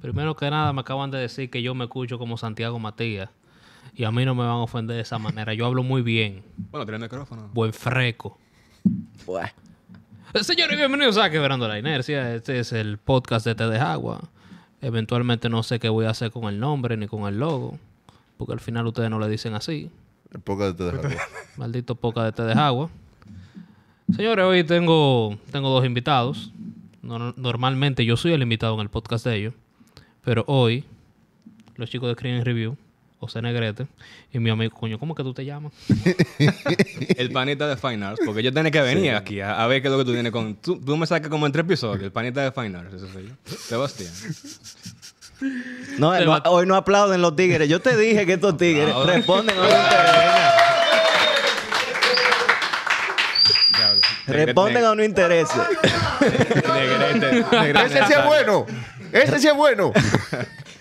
Primero que nada, me acaban de decir que yo me escucho como Santiago Matías. Y a mí no me van a ofender de esa manera. Yo hablo muy bien. Bueno, tiene el micrófono. Buen freco. Buah. Eh, Señores, bienvenidos a Quebrando la Inercia. Este es el podcast de Te de Agua. Eventualmente no sé qué voy a hacer con el nombre ni con el logo. Porque al final ustedes no le dicen así. El podcast de Te Deja. Maldito poca de Te de Agua. Señores, hoy tengo, tengo dos invitados. No- normalmente yo soy el invitado en el podcast de ellos. Pero hoy, los chicos de Screen Review, José Negrete, y mi amigo, coño, ¿cómo que tú te llamas? El panita de Fine Arts, porque yo tenía que venir aquí a, a ver qué es lo que tú tienes con... Tú, tú me sacas como en tres episodios, el panita de Fine Arts, eso soy yo. Sebastián. No, no, hoy no aplauden los tigres. Yo te dije que estos tigres Aplaudan. responden o no intervenan. Diablo. Responden o no interesa. Negrete, negrete. ¡Ese sí es bueno! ¡Ese sí es bueno!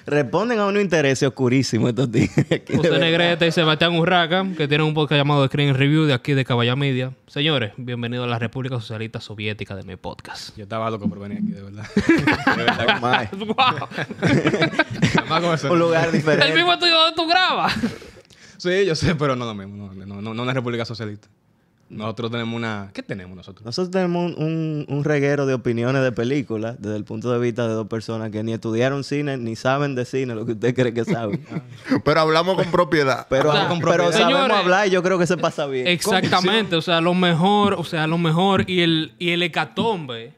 Responden a un interés oscurísimo estos tigres. aquí, de José verdad. Negrete y Sebastián Urraca, que tienen un podcast llamado Screen Review de aquí de Caballa Media. Señores, bienvenidos a la República Socialista Soviética de mi podcast. Yo estaba loco por venir aquí, de verdad. De verdad. Mae, ¡Wow! Además, como eso- Un lugar ¡El diferente. mismo estudio donde tú grabas! Sí, yo sé, pero no lo mismo. No, no, no, no una república socialista. Nosotros tenemos una... ¿Qué tenemos nosotros? Nosotros tenemos un, un- un reguero de opiniones de películas desde el punto de vista de dos personas que ni estudiaron cine ni saben de cine, lo que usted cree que saben. Pero hablamos con propiedad. Pero, O sea, Ah. con pero propiedad. sabemos Señores, hablar y yo creo que se pasa bien. Exactamente, o sea, lo mejor, o sea, lo mejor y el, y el hecatombe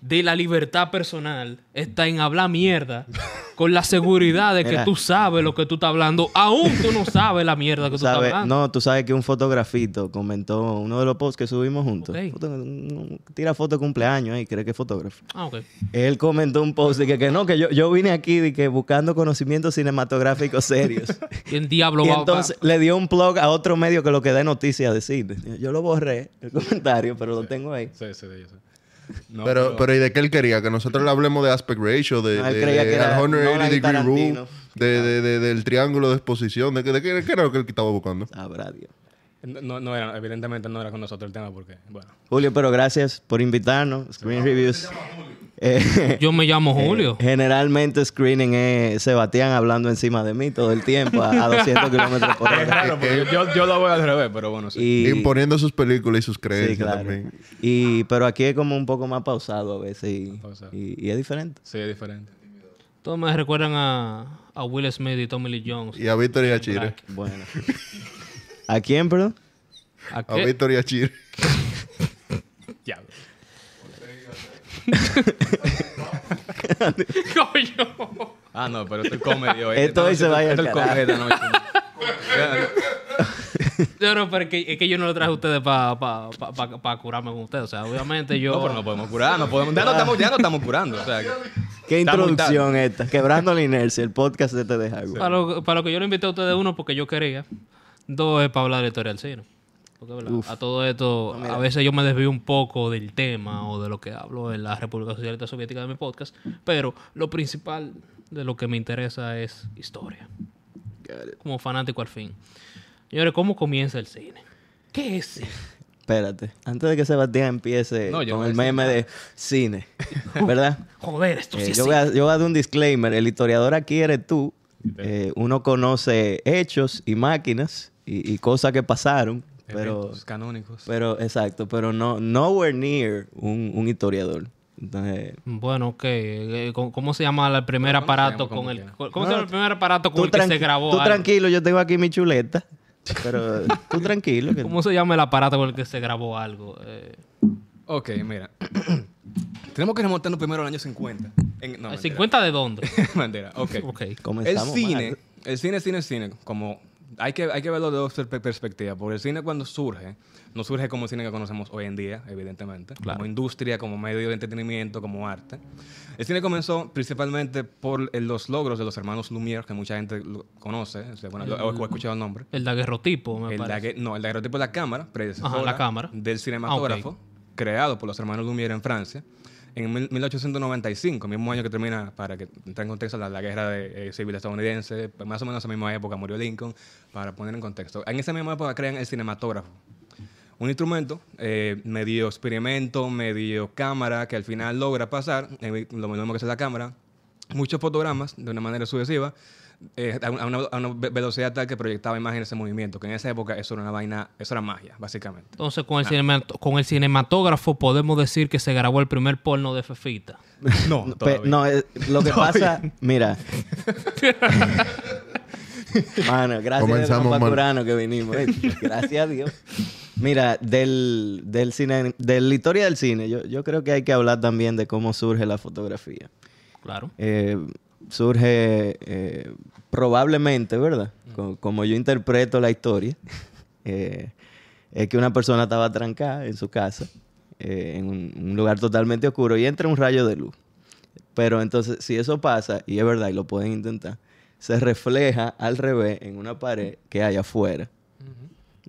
de la libertad personal está en hablar mierda con la seguridad de que Mira. tú sabes lo que tú estás hablando, aún tú no sabes la mierda que tú estás Sabe- hablando. no, tú sabes que un fotografito comentó uno de los posts que subimos juntos. Ok. Foto- un- un- tira foto de cumpleaños ahí, cree que es fotógrafo. Ah, ok. Él comentó un post de que, que no, que yo, yo vine aquí de que buscando conocimientos cinematográficos serios. ¿Quién diablo y va a- entonces le dio un blog a otro medio que lo que da noticias de cine. Yo lo borré, el comentario, pero lo tengo ahí. Sí, sí, sí, yo sé. No, Pero, pero ¿y de qué él quería? Que nosotros le hablemos de aspect ratio, de, No, él de- creía de que al era 180 Nolan y degree Tarantino. rule, de, de- de- del triángulo de exposición. ¿De, qué- de qué, qué era lo que él estaba buscando? Sabrá Dios. No, no era, evidentemente no era con nosotros el tema porque, bueno, Julio, pero gracias por invitarnos. Screen Reviews. Eh, Yo me llamo Julio. Generalmente screening es Sebastián hablando encima de mí todo el tiempo a, a 200 kilómetros por Es hora. raro, porque Este, yo, yo lo voy al revés, pero bueno, sí. Y, Imponiendo sus películas y sus creencias sí, claro. también. Y, pero aquí es como un poco más pausado a veces y, Pausado. y- y es diferente. Sí, es diferente. Todos me recuerdan a, a Will Smith y Tommy Lee Jones. Y a Víctor y a Chire. Bueno. ¿A quién, perdón? ¿A A qué? Víctor y a Chire. Diablo. Coño. Ah, no, pero esto es comedy hoy. Esto hoy se va a ir Esto al es comedy esta noche. No, no, pero es que, es que yo no lo traje a ustedes para curarme con ustedes. O sea, obviamente yo. No, pero no podemos curar, no podemos. Ya no estamos, ya no estamos curando. O sea, que- Qué Estamos introducción esta. Quebrando la inercia, el podcast de Te Deja Agua. Para lo, para lo que yo lo invité a ustedes, uno, porque yo quería. Dos, es para hablar de historia del cine. Porque, ¿verdad? A todo esto, a veces yo me desvío un poco del tema o de lo que hablo en la República Socialista Soviética de mi podcast. Pero lo principal de lo que me interesa es historia. Como fanático al fin. Señores, ¿cómo comienza el cine? ¿Qué es cine? Espérate. Antes de que Sebastián empiece No, yo con no el voy a decir meme de cine, ¿verdad? Joder, esto sí Eh, es yo, voy a, yo voy a dar un disclaimer. El historiador aquí eres tú. Eh, uno conoce hechos y máquinas y, y cosas que pasaron, pero, eventos canónicos. pero exacto, pero no nowhere near un, un historiador. Entonces, Bueno, ok. Eh, ¿Cómo cómo se llama el primer aparato como con el... quiera. ¿Cómo se llama el primer aparato con el que tranqui- se grabó? tú algo? tranquilo, yo tengo aquí mi chuleta, pero tú tranquilo. que- ¿Cómo se llama el aparato con el que se grabó algo? Eh, Ok, mira. Tenemos que remontarnos primero al año 50. En, no, ¿el mentira. 50 de dónde? Mentira, ok. ok. El Comenzamos cine, mal. el cine, cine, cine, como hay que, hay que verlo de dos per- perspectivas, porque el cine cuando surge, no surge como el cine que conocemos hoy en día, evidentemente, como industria, como medio de entretenimiento, como arte. El cine comenzó principalmente por eh, los logros de los hermanos Lumière, que mucha gente lo conoce, o sea, bueno, lo- o he escuchado el nombre. El daguerrotipo, me El parece. dague- no, el daguerrotipo es la cámara, predecesora Ajá, la cámara. del cinematógrafo, creado por los hermanos Lumière en Francia, en mil- 1895, mismo año que termina, para que entre en contexto, la, la guerra de, eh, civil estadounidense, pues, más o menos en esa misma época murió Lincoln, para poner en contexto. En esa misma época crean el cinematógrafo, un instrumento, eh, medio experimento, medio cámara, que al final logra pasar, eh, lo mismo que es la cámara, muchos fotogramas de una manera sucesiva, eh, a, una, a una ve- velocidad tal que proyectaba imágenes en movimiento, que en esa época eso era una vaina, eso era magia, básicamente. Entonces, Ah. con el, cinemato- con el cinematógrafo podemos decir que se grabó el primer porno de Fefita. No, Pe- todavía. no, eh, lo que pasa, mira. Mano, gracias a Comenzamos mal. Curano que vinimos. eh. Gracias a Dios. Mira, del, del cine, de la historia del cine, yo, yo creo que hay que hablar también de cómo surge la fotografía. Claro. Eh, surge eh, probablemente, ¿verdad? Co- como yo interpreto la historia, eh, es que una persona estaba trancada en su casa, eh, en un, un lugar totalmente oscuro, y entra un rayo de luz. Pero entonces, si eso pasa, y es verdad, y lo pueden intentar, se refleja al revés en una pared que hay afuera.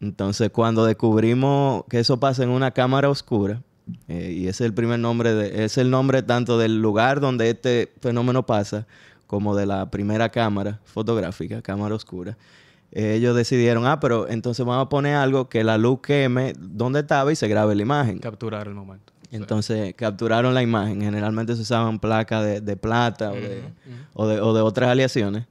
Entonces, cuando descubrimos que eso pasa en una cámara oscura, eh, y ese es el primer nombre, de, es el nombre tanto del lugar donde este fenómeno pasa, como de la primera cámara fotográfica, cámara oscura, eh, ellos decidieron, ah, pero entonces vamos a poner algo que la luz queme donde estaba y se grabe la imagen. Capturar el momento. Entonces capturaron la imagen. Generalmente se usaban placas de, de plata o de, o de- o de otras aleaciones.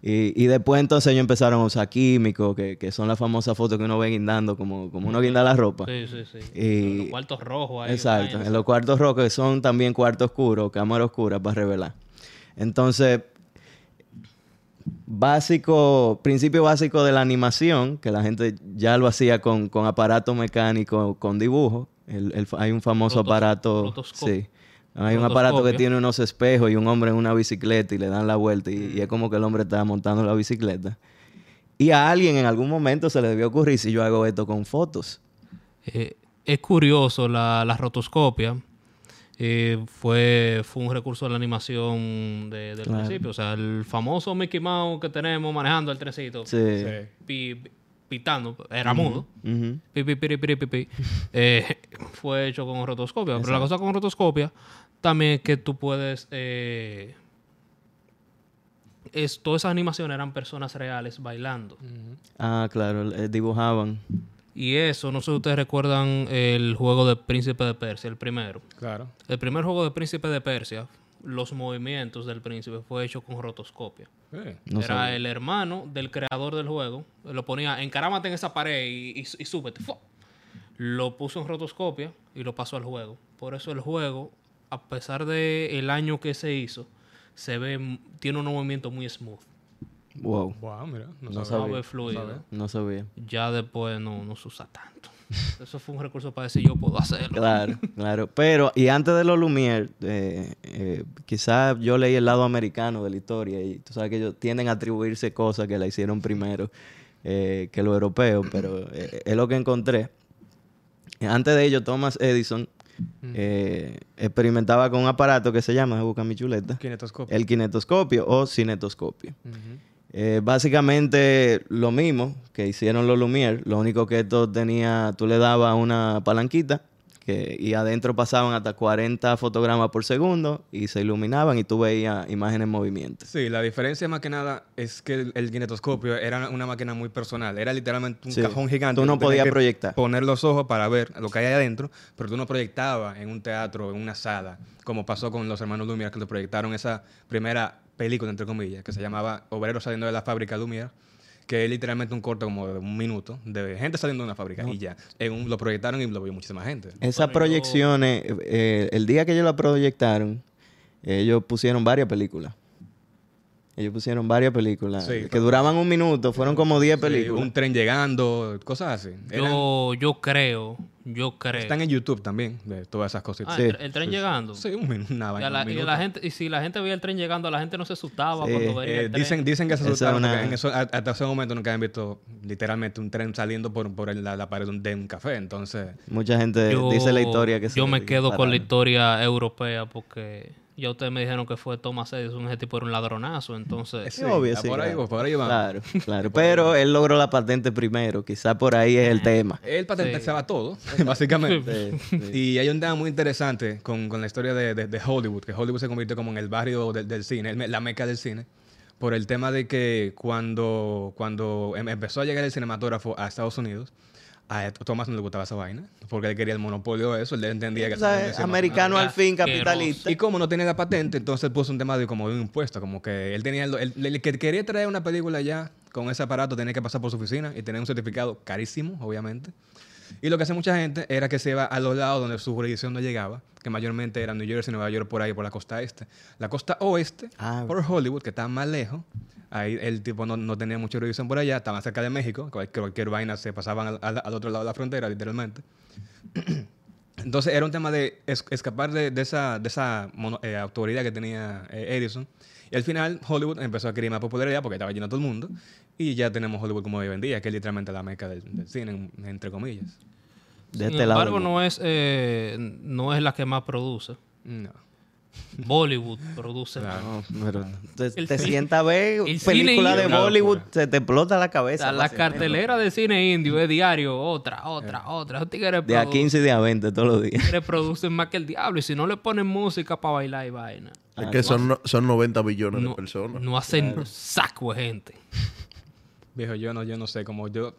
Y, y después entonces ellos empezaron a usar químicos, que, que son las famosas fotos que uno ve guindando, como, como uno guinda la ropa. Sí, sí, sí. Y- Los cuartos rojos ahí. Eh, Exacto, en vaina. los cuartos rojos, que son también cuarto oscuro, cámara oscura para revelar. Entonces, básico, principio básico de la animación, que la gente ya lo hacía con, con aparato mecánico, con dibujo. El- el fa- hay un famoso Rotos- aparato. rotoscopio. Sí. Hay un aparato que Rotoscopio. tiene unos espejos y un hombre en una bicicleta y le dan la vuelta y, y es como que el hombre está montando la bicicleta. Y a alguien en algún momento se le debió ocurrir si yo hago esto con fotos. Eh, es curioso, la, la rotoscopia eh, fue, fue un recurso de la animación de- del Claro. principio. O sea, el famoso Mickey Mouse que tenemos manejando el trencito, Sí. pi- pi- pitando, era mudo. Ujú. pi, pi, piri, piri, pi, pi, eh, fue hecho con rotoscopia. Pero la cosa con rotoscopia también es que tú puedes... eh, es- todas esas animaciones eran personas reales bailando. Ah, claro, eh, dibujaban. Y eso, no sé si ustedes recuerdan el juego de Príncipe de Persia, el primero. Claro. El primer juego de Príncipe de Persia, los movimientos del príncipe fue hecho con rotoscopia. Sí. No Era el hermano del creador del juego. Lo ponía, encarámate en esa pared y, y, y súbete. ¡Fua! Lo puso en rotoscopia y lo pasó al juego. Por eso el juego, a pesar del el año que se hizo, se ve, tiene un movimiento muy smooth. Wow, Wow, mira. No, No sabía. Suave, fluido. sabía. no sabía. Ya después no, no se usa tanto. Eso fue un recurso para decir yo puedo hacerlo. Claro, claro. Pero, y antes de los Lumière, quizás yo leí el lado americano de la historia y tú sabes que ellos tienden a atribuirse cosas que la hicieron primero eh, que los europeos, pero eh, es lo que encontré. Antes de ello, Thomas Edison eh, experimentaba con un aparato que se llama, busca mi chuleta, Kinetoscopio. el kinetoscopio o cinetoscopio. Ujú. Eh, básicamente lo mismo que hicieron los Lumière, lo único que esto tenía, tú le dabas una palanquita que, y adentro pasaban hasta 40 fotogramas por segundo y se iluminaban y tú veías imágenes en movimiento. Sí, la diferencia más que nada es que el, el kinetoscopio era una máquina muy personal. Era literalmente un Sí. cajón gigante. Tú no tenías podías que proyectar. Poner los ojos para ver lo que hay adentro, pero tú no proyectabas en un teatro, en una sala, como pasó con los hermanos Lumière, que lo proyectaron esa primera película, entre comillas, que se llamaba Obreros saliendo de la fábrica Lumière, que es literalmente un corto como de un minuto de gente saliendo de una fábrica y ya. En un- lo proyectaron y lo vio muchísima gente. Esas Bueno, yo- proyecciones, eh, eh, el día que ellos la proyectaron, ellos pusieron varias películas. Ellos pusieron varias películas Sí, que duraban un minuto, fueron como 10 Sí, películas. un tren llegando, cosas así. Eran- Yo, yo creo, yo creo. están en YouTube también, de todas esas cositas. Ah, Sí. el, tren- el tren llegando. Sí, un minu- una Y, vaina, a la- un y minuto. la gente, y si la gente veía el tren llegando, la gente no se asustaba Sí, cuando veía Eh, el tren. dicen, dicen que se Esa es asustaron una- porque en eso- a- hasta ese momento nunca habían visto literalmente un tren saliendo por, por la, la pared de un- de un café. Entonces, Mucha gente Yo- dice la historia que se Yo me quedo con la dispararon. historia europea porque ya ustedes me dijeron que fue Thomas Edison, ese tipo era un ladronazo, entonces... Sí, obvio, ah, sí, por ahí claro. va, por ahí va. Claro, claro. Pero él logró la patente primero. Quizá por ahí es el tema. él patentaba todo, básicamente. Sí, sí. Y hay un tema muy interesante con, con la historia de, de- de Hollywood, que Hollywood se convirtió como en el barrio del, del cine, el me- la meca del cine, por el tema de que cuando, cuando em- empezó a llegar el cinematógrafo a Estados Unidos, A Thomas no le gustaba esa vaina, porque él quería el monopolio de eso, él entendía que... O sea, eso no se americano Ah, al fin, qué hermoso. capitalista. y como no tenía la patente, entonces puso un tema de como de un impuesto, como que él tenía el, el- el que quería traer una película ya con ese aparato tenía que pasar por su oficina y tener un certificado carísimo, obviamente. Y lo que hace mucha gente era que se iba a los lados donde su jurisdicción no llegaba, que mayormente eran New Jersey, Nueva York, por ahí, por la costa este. La costa oeste, Ah. por Hollywood, que está más lejos, ahí el tipo no, no tenía mucha jurisdicción por allá, estaban cerca de México, cualquier, cualquier vaina se pasaban al- al- al otro lado de la frontera, literalmente. Entonces era un tema de es- escapar de, de esa, de esa mono- eh, autoridad que tenía eh, Edison. Y al final Hollywood empezó a adquirir más popularidad porque estaba lleno todo el mundo. Y ya tenemos Hollywood como hoy en día, que es literalmente la meca del, del cine, en- entre comillas. De Sin este lado. embargo, no es, eh, no es la que más produce. No. Bollywood produce. Claro. No, pero te, El te cine- sientas a ver el cine películas indio. de Una Bollywood, locura. se te explota la O cabeza. sea, la básicamente. cartelera de cine indio es diario, otra, otra, Eh. otra. Esos tigres De a produ- 15 y de a 20 todos los días. tigres producen más que el diablo. Y si no le ponen música para bailar y vaina, Ah, Es que son, no- son 90 billones de personas. no hacen saco de gente. Viejo, yo no, yo no sé, como yo...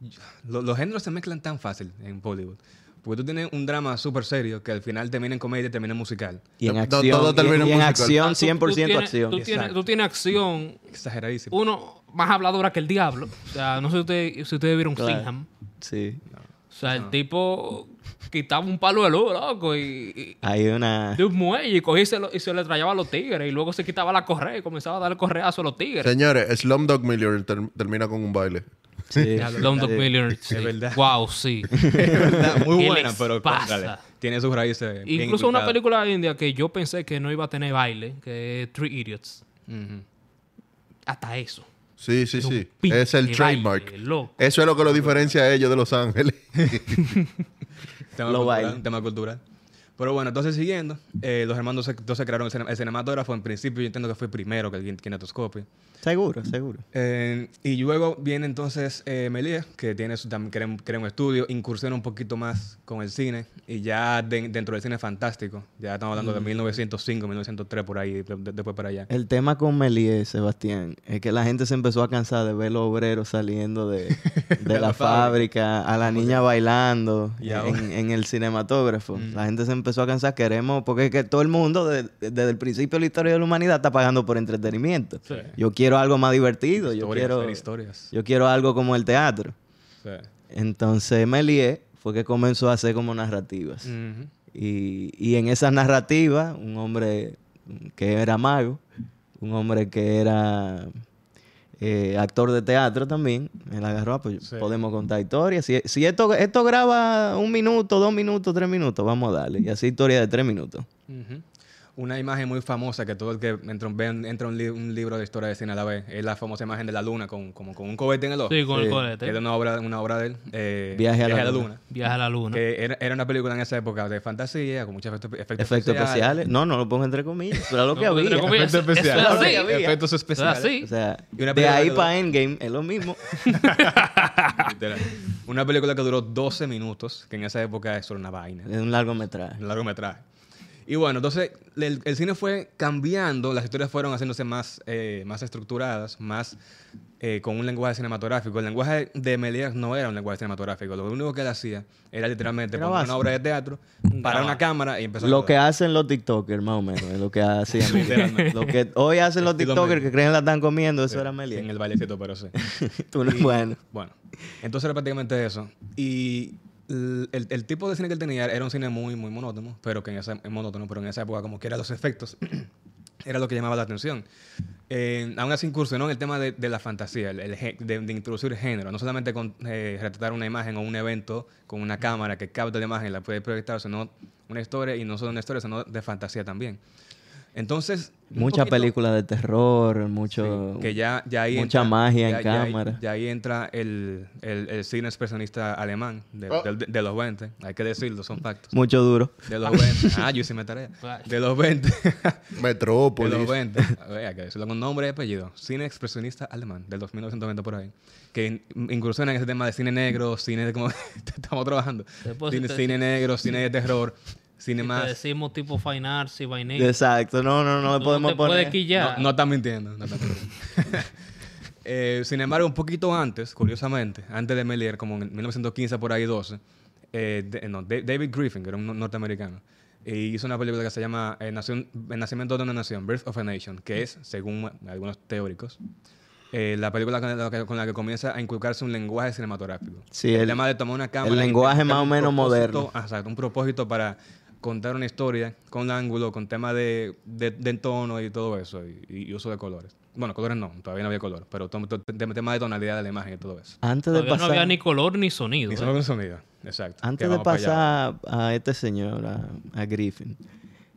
yo- lo- los géneros se mezclan tan fácil en Bollywood. Porque tú tienes un drama súper serio que al final termina en comedia y termina en musical. Y en No, acción, todo y- termina y, en musical. Ah, acción, tú- 100% Ah, tú tienes- acción. Tú tienes, Exacto. tú tienes acción, Exageradísimo. uno más habladora que el diablo. O sea, no sé si ustedes, si ustedes vieron Claro. Singham. Sí. O sea, el tipo quitaba un palo de luz, loco, y, Hay una... y- de un muelle y cogía y se, lo, y se le trayaba a los tigres. Y luego se quitaba la correa y comenzaba a dar el correazo a los tigres. Señores, Slumdog Millionaire ter- termina con un baile. Sí. London Millionaire. Sí. verdad. Wow, sí. Es verdad, ¿Qué muy buena, les pero pasa? cóntrale, tiene sus raíces. bien Incluso una inculcadas. película india que yo pensé que no iba a tener baile, que es Three Idiots. Ujú. Hasta eso. Sí, sí, un sí. pin Es el de trademark. baile, loco. Eso es lo que lo diferencia a ellos de Los Ángeles. Tema Lo cultural, baila. Tema cultural. Pero bueno, entonces siguiendo, eh, los hermanos se- entonces crearon el, cine- el cinematógrafo. En principio yo entiendo que fue primero que el kin- kinetoscopio. Seguro, seguro. Eh, y luego viene entonces eh, Melia, que tiene su, tam- crea, un- crea un estudio, incursiona un poquito más con el cine. Y ya de- dentro del cine fantástico, ya estamos hablando Mm. de 1905, 1903, por ahí, de- de- después para allá. El tema con Melie, Sebastián, es que la gente se empezó a cansar de ver los obreros saliendo de, de De la, la fábrica, a la niña bailando Y ahora- en, en el cinematógrafo. La gente se empezó a cansar, queremos, porque es que todo el mundo, de- desde el principio de la historia de la humanidad, está pagando por entretenimiento. Sí. Yo quiero algo más divertido, yo Historias, quiero, hacer historias. yo quiero algo como el teatro. Sí. Entonces Melie fue que comenzó a hacer como narrativas. Ujú. Y, y en esas narrativas, un hombre que era mago, un hombre que era eh, actor de teatro también, él agarró, ah, pues Sí. podemos contar historias. Si, si esto, esto graba un minuto, dos minutos, tres minutos, vamos a darle. Y así historia de tres minutos. Ujú. Una imagen muy famosa que todo el que entra, un- ve un- entra un, li- un libro de historia de cine a la vez es la famosa imagen de la luna con, como con un cohete en el ojo. Sí, con el Sí. colete. que es de una obra, una obra de él. eh, Viaje a la Luna. Viaja a la luna. Que era, era una película en esa época de fantasía, con muchos efectos, efectos, Efectos especiales. No, no lo pongo entre comillas, pero era lo No, que entre había. comillas. Eso Efectos es especiales. así, Ok, había. Efectos especiales. Eso es así. O sea, Y una de película ahí que- para Endgame es lo mismo. Literal. Una película que duró 12 minutos, que en esa época eso era una vaina. es un largometraje. Un largometraje. Y bueno, entonces el, el cine fue cambiando, las historias fueron haciéndose más, eh, más estructuradas, más eh, con un lenguaje cinematográfico. El lenguaje de Melias no era un lenguaje cinematográfico, lo único que él hacía era literalmente Era poner una básico. obra de teatro, parar una cámara y empezar a Lo que rodar. hacen los TikTokers, más o menos, es lo que hacían. Literalmente. lo que hoy hacen los Estilo TikTokers Melie. que creen que la están comiendo, eso era Sí, Melie. En el bailecito, pero sí. Tú no- bueno. Bueno, entonces era prácticamente eso. Y l- el, el tipo de cine que él tenía era un cine muy, muy monótono, pero que en esa, monótono, pero en esa época como que eran los efectos, era lo que llamaba la atención. Eh, aún así incursionó en el tema de, de la fantasía, el- el gé- de, de introducir género, no solamente con eh, retratar una imagen o un evento con una cámara que capta la imagen y la puede proyectar, sino una historia, y no solo una historia, sino de fantasía también. Entonces... un Muchas poquito- películas de terror, Sí, mucho. que ya, ya ahí mucha entra- magia en ya- ya ahí- cámara. ya ahí entra el, el, el cine expresionista alemán de, Ah. del- de los 20. Hay que decirlo, son factos. Mucho duro. De los 20. Ah, yo hice mi tarea. Right. De los 20. de los Metrópolis. 20. A ver, hay que decirlo con nombre y apellido. Cine expresionista alemán del 1920 por ahí. Que in- incursiona en ese tema de cine negro, cine de como estamos trabajando. Después Cine, te- cine negro, cine de terror, cine Si te más. decimos tipo fine arts y vainilla. Exacto. No, no, no le Tú podemos te puedes poner. quillar. No, no está mintiendo. No está mintiendo. Eh, sin embargo, un poquito antes, curiosamente, antes de Melier, como en 1915 por ahí 12, eh, de- no, Da- David Griffin, que era un no- norteamericano, e hizo una película que se llama eh, Nación- El Nacimiento de una Nación, Birth of a Nation, que es, según algunos teóricos, eh, la película con la, que, con la que comienza a inculcarse un lenguaje cinematográfico. Sí, el, el- tema de tomar una cámara. y lenguaje inventar más o un menos propósito- moderno. Ah, Exacto, un propósito para contar una historia con ángulo, con tema de, de, de tono y todo eso, y, y uso de colores. Bueno, colores no, todavía no había color, pero to- to- tem- tema de tonalidad de la imagen y todo eso. Antes de Todavía no pasar, había ni color ni sonido. Y ¿eh? solo con sonido, exacto. que antes de vamos para allá. pasar a este señor, a, a Griffin,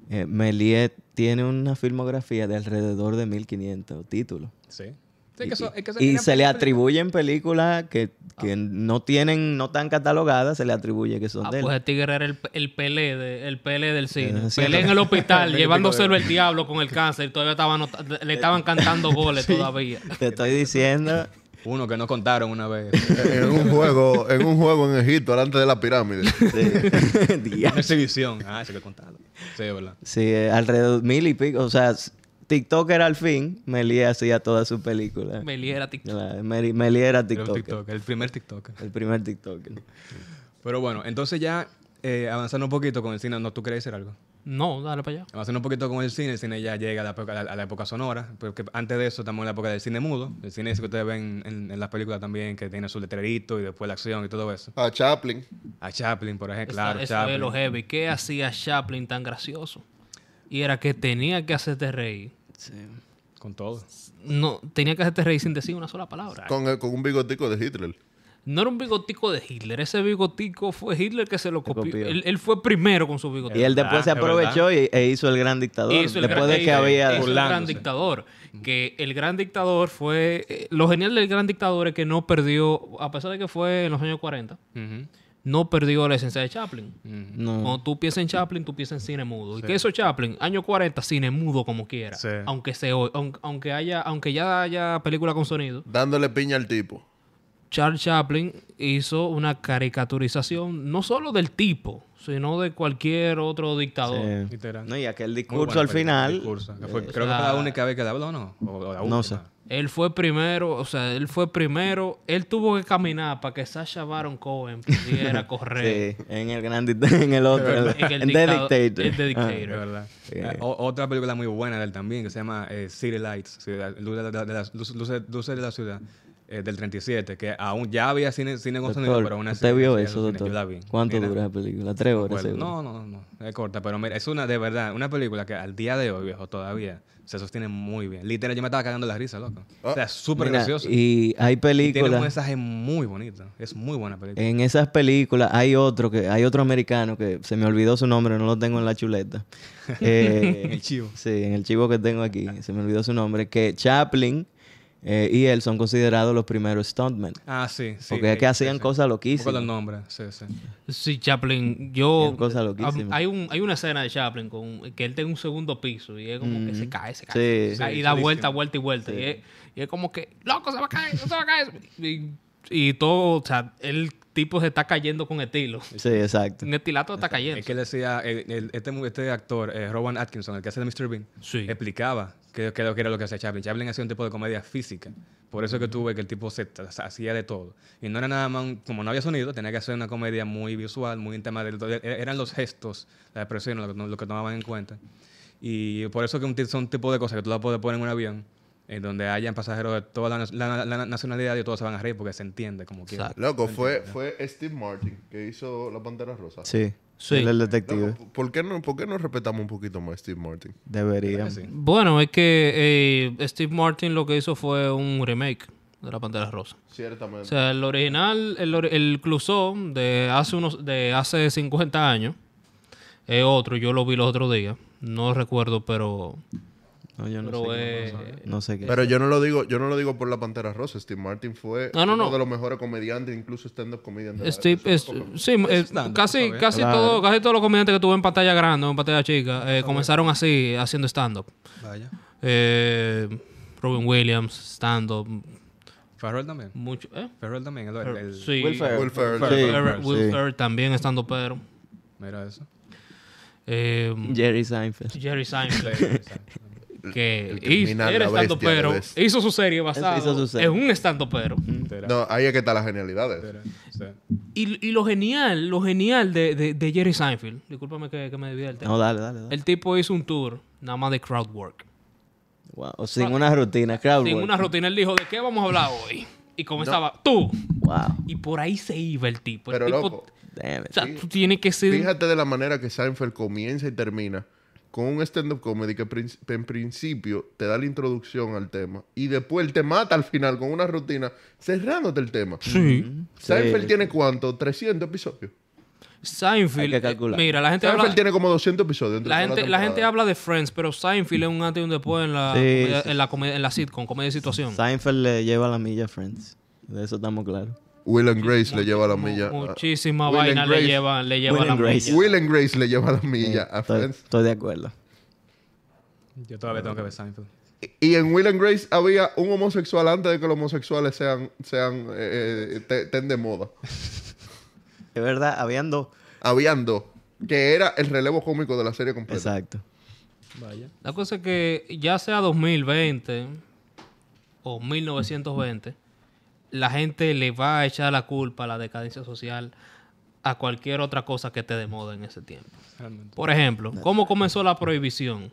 eh, Méliès tiene una filmografía de alrededor de 1500 títulos. Sí. Y, Sí, que eso- es que eso- y mira, se le película- atribuyen películas que, Ah. que no tienen, no están catalogadas, se le atribuye que son Ah, de él. pues el tigre era el, el Pelé, de- el Pelé del cine. sí. Pelé en el hospital, Pelé llevándoselo el diablo con el cáncer. Todavía estaban anota- le estaban cantando goles todavía. Te estoy diciendo. Uno que no contaron una vez. En un juego, en un juego en Egipto, delante de la pirámide. sí. Diablo. Una exhibición. Ah, eso que contaron. Sí, ¿verdad? Sí, eh, alrededor de mil y pico. O sea, s- TikTok era al fin. Melie hacía todas sus películas. Meliera, tic- Melie era Era un TikTok. TikTok, el primer TikTok. El primer TikTok. Pero bueno, entonces ya eh, avanzando un poquito con el cine, ¿no tú querías decir algo? No, dale para allá. Avanzando un poquito con el cine, el cine ya llega a la época, a la- a la época sonora, porque antes de eso estamos en la época del cine mudo, el cine ese que ustedes ven en, en las películas también, que tiene su letrerito y después la acción y todo eso. A Chaplin. A Chaplin, por ejemplo, claro, eso Chaplin. es lo heavy. ¿Qué hacía Chaplin tan gracioso? Y era que tenía que hacerte reír. Con todo. No, tenía que hacerte reír sin decir una sola palabra. Con, el- con un bigotico de Hitler. No era un bigotico de Hitler. Ese bigotico fue Hitler que se lo copió. copió. Él, él fue primero con su bigotico. Y él verdad, después se es aprovechó y, e hizo el gran dictador. Hizo el después gran- de que eh, había. hizo el gran burlándose. dictador. Que el gran dictador fue. eh, lo genial del gran dictador es que no perdió, a pesar de que fue en los años 40, Ujú, no perdió la esencia de Chaplin. Mm. ujú. No. Cuando tú piensas en Chaplin, tú piensas en cine mudo. Y que eso Chaplin, año 40, cine mudo como quiera. Sí. Aunque se oy- aunque, aunque haya, aunque ya haya película con sonido, Dándole piña al tipo. Charles Chaplin hizo una caricaturización no solo del tipo, sino de cualquier otro dictador. Sí. Literal. eh, No, y aquel Muy discurso buena al película, final. Discurso, que fue- eh, creo que fue la única vez que la habló, ¿no? O, o la No última. sé. Él fue primero, o sea, él fue primero, él tuvo que caminar para que Sasha Baron Cohen pudiera correr. sí, en el gran dic- en el otro. En el en The dictado- Dictator. en The Dictator. De verdad. Eh, o- otra película muy buena de él también, que se llama eh, City Lights, ciudad- luz de la- de las- luz- luces, luces de la ciudad, eh, del 37, que aún ya había cine, cine con sonido, Ah, Doctor, pero aún así... ¿Usted vio hacía eso, cine. Yo la doctor? vi. ¿Cuánto Mira, dura la película? ¿Tres horas? bueno, seguro? no, no, no, no, es corta, pero mira, es una de verdad, una película que al día de hoy, viejo, todavía se sostiene muy bien. Literal, yo me estaba cagando la risa, loco. o sea, es súper Ah, Mira, gracioso. Y, Y tiene hay un películas. mensaje muy bonito. Es muy buena película. En esas películas hay otro que hay otro americano que se me olvidó su nombre, no lo tengo en la chuleta. Eh, En el chivo. Sí, en el chivo que tengo aquí, se me olvidó su nombre, que Chaplin eh, y él son considerados los primeros stuntmen. ah, sí, sí. porque es que hacían cosas loquísimas. Con los loquísimas. nombres, sí, sí. Sí, Chaplin, yo... Ah, Una cosa am- loquísima. Hay, un, hay una escena de Chaplin con, que él tiene un segundo piso y es como que se cae, se cae. Mm. Sí. se cae, Sí, y da chulísimo. vuelta, vuelta y vuelta. Y, es, y es como que, loco, se va a caer, se va a caer. Y, y todo, o sea, el tipo se está cayendo con estilo. Sí, exacto. Un estilato está cayendo. Es que él decía, el- el- este, mu- este actor, eh, Rowan Atkinson, el que hace de Mr. Bean, Sí. explicaba que, que lo que era lo que hacía Chaplin. Chaplin hacía un tipo de comedia física. Por eso que tuve que el tipo se, tra- hacía de todo. Y no era nada más, un- como no había sonido, tenía que hacer una comedia muy visual, muy en tema del- de- Eran los gestos, la expresión, lo, que- lo que tomaban en cuenta. Y por eso que un, ti- son tipo de cosas que tú las puedes poner en un avión, en donde hayan pasajeros de toda la, la- la nacionalidad y todos se van a reír porque se entiende como que... Exacto. Loco, fue, fue Steve Martin que hizo La Pantera Rosa. Sí. Sí. Él es el detective. Loco, ¿por, qué no, ¿Por qué no respetamos un poquito más a Steve Martin? Deberíamos. Sí. Bueno, es que eh, Steve Martin lo que hizo fue un remake de La Pantera Rosa. O Ciertamente. sea, el original, el, ori- el Clouseau de hace unos, de hace 50 años, es otro, yo lo vi los otros días, no recuerdo, pero, No, yo no pero sé. eh, No sé qué. Pero yo no lo digo, yo no lo digo por la Pantera Rosa. Steve Martin fue No, no, uno no. de los mejores comediantes, incluso stand-up comedian. de la- Steve de es- su época. sí, eh, stand-up, casi, ¿sabes? casi Claro. todo, casi todos los comediantes que tuve en pantalla grande o en pantalla chica eh, comenzaron así haciendo stand-up. Vaya. Eh, Robin Williams, stand-up, Farrell también. mucho, ¿eh? Ferrell también, el, el- el- Sí. Will Ferrell. Will Ferrell. Will Sí. Ferrell, Sí. Will Ferrell también estando Eh, pero. Mira eso. Eh, Jerry Seinfeld. Jerry Seinfeld. que el hizo, criminal, era la bestia, estando la pero, bestia. hizo su serie basada Hizo su serie. en un estando pero. Será, No, ahí es que está la genialidad. de eso. será, será. Y, y lo genial, lo genial de, de- de Jerry Seinfeld, discúlpame que, que me debía del tema. No, dale, dale. dale. El tipo hizo un tour nada más de crowd work. Wow. O sin una rutina, crowd Sin work. una rutina, él dijo, ¿de qué vamos a hablar hoy? Y comenzaba, tú. Wow. Y por ahí se iba el tipo. El Pero tipo loco, Damn O it. sea, tú tienes que ser... fíjate de la manera que Seinfeld comienza y termina con un stand-up comedy que prin- en principio te da la introducción al tema y después él te mata al final con una rutina cerrándote el tema. Sí. Seinfeld Sí. tiene cuánto? 300 episodios. Seinfeld... Hay que calcular. Mira, la gente Seinfeld habla... tiene como 200 episodios. entre La toda gente, la temporada. gente habla de Friends, pero Seinfeld es un antes y un después en la, Sí, comedia- sí, en, la comedia- en la sitcom, comedia de situación. Seinfeld le lleva la milla a Friends. De eso estamos claros. Will and Grace le lleva la Mu- milla. a- Muchísima Will and vaina le Grace. lleva, le lleva uh, Will la and Grace. milla. Will and Grace le lleva la milla a estoy, Friends. estoy de acuerdo. Yo todavía tengo que ver Seinfeld. Y en Will and Grace había un homosexual antes de que los homosexuales sean, sean eh, eh, te- estén de moda. Es verdad, habiendo. Habían dos, que era el relevo cómico de la serie completa. Exacto. Vaya. La cosa es que ya sea 2020 o 1920, la gente le va a echar la culpa a la decadencia social a cualquier otra cosa que esté de moda en ese tiempo. Realmente. Por ejemplo, ¿cómo comenzó la prohibición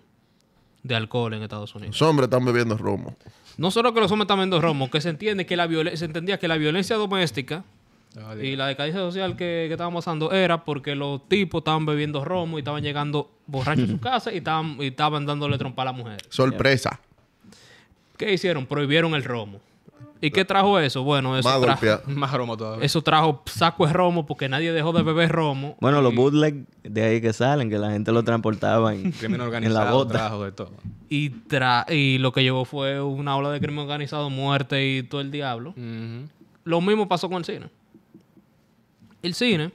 de alcohol en Estados Unidos? Los hombres están bebiendo romo. No solo que los hombres están viendo romo, que se entiende que la violen- se entendía que la violencia doméstica Ah, y Dios. la decadencia social que, que estaban pasando era porque los tipos estaban bebiendo romo y estaban llegando borrachos a su casa y estaban, y estaban dándole trompa a la mujer. Sorpresa. ¿Qué hicieron? Prohibieron el romo. ¿Y qué trajo eso? Bueno, eso, Más trajo, golpeada. Más romo todavía. eso trajo saco de romo porque nadie dejó de beber romo. Bueno, los bootleg de ahí que salen, que la gente lo transportaba en, Crimen en la organizado, bota. trabajo de todo. Y, tra- y lo que llevó fue una ola de crimen organizado, muerte y todo el diablo. Ujú. Lo mismo pasó con el cine. El cine,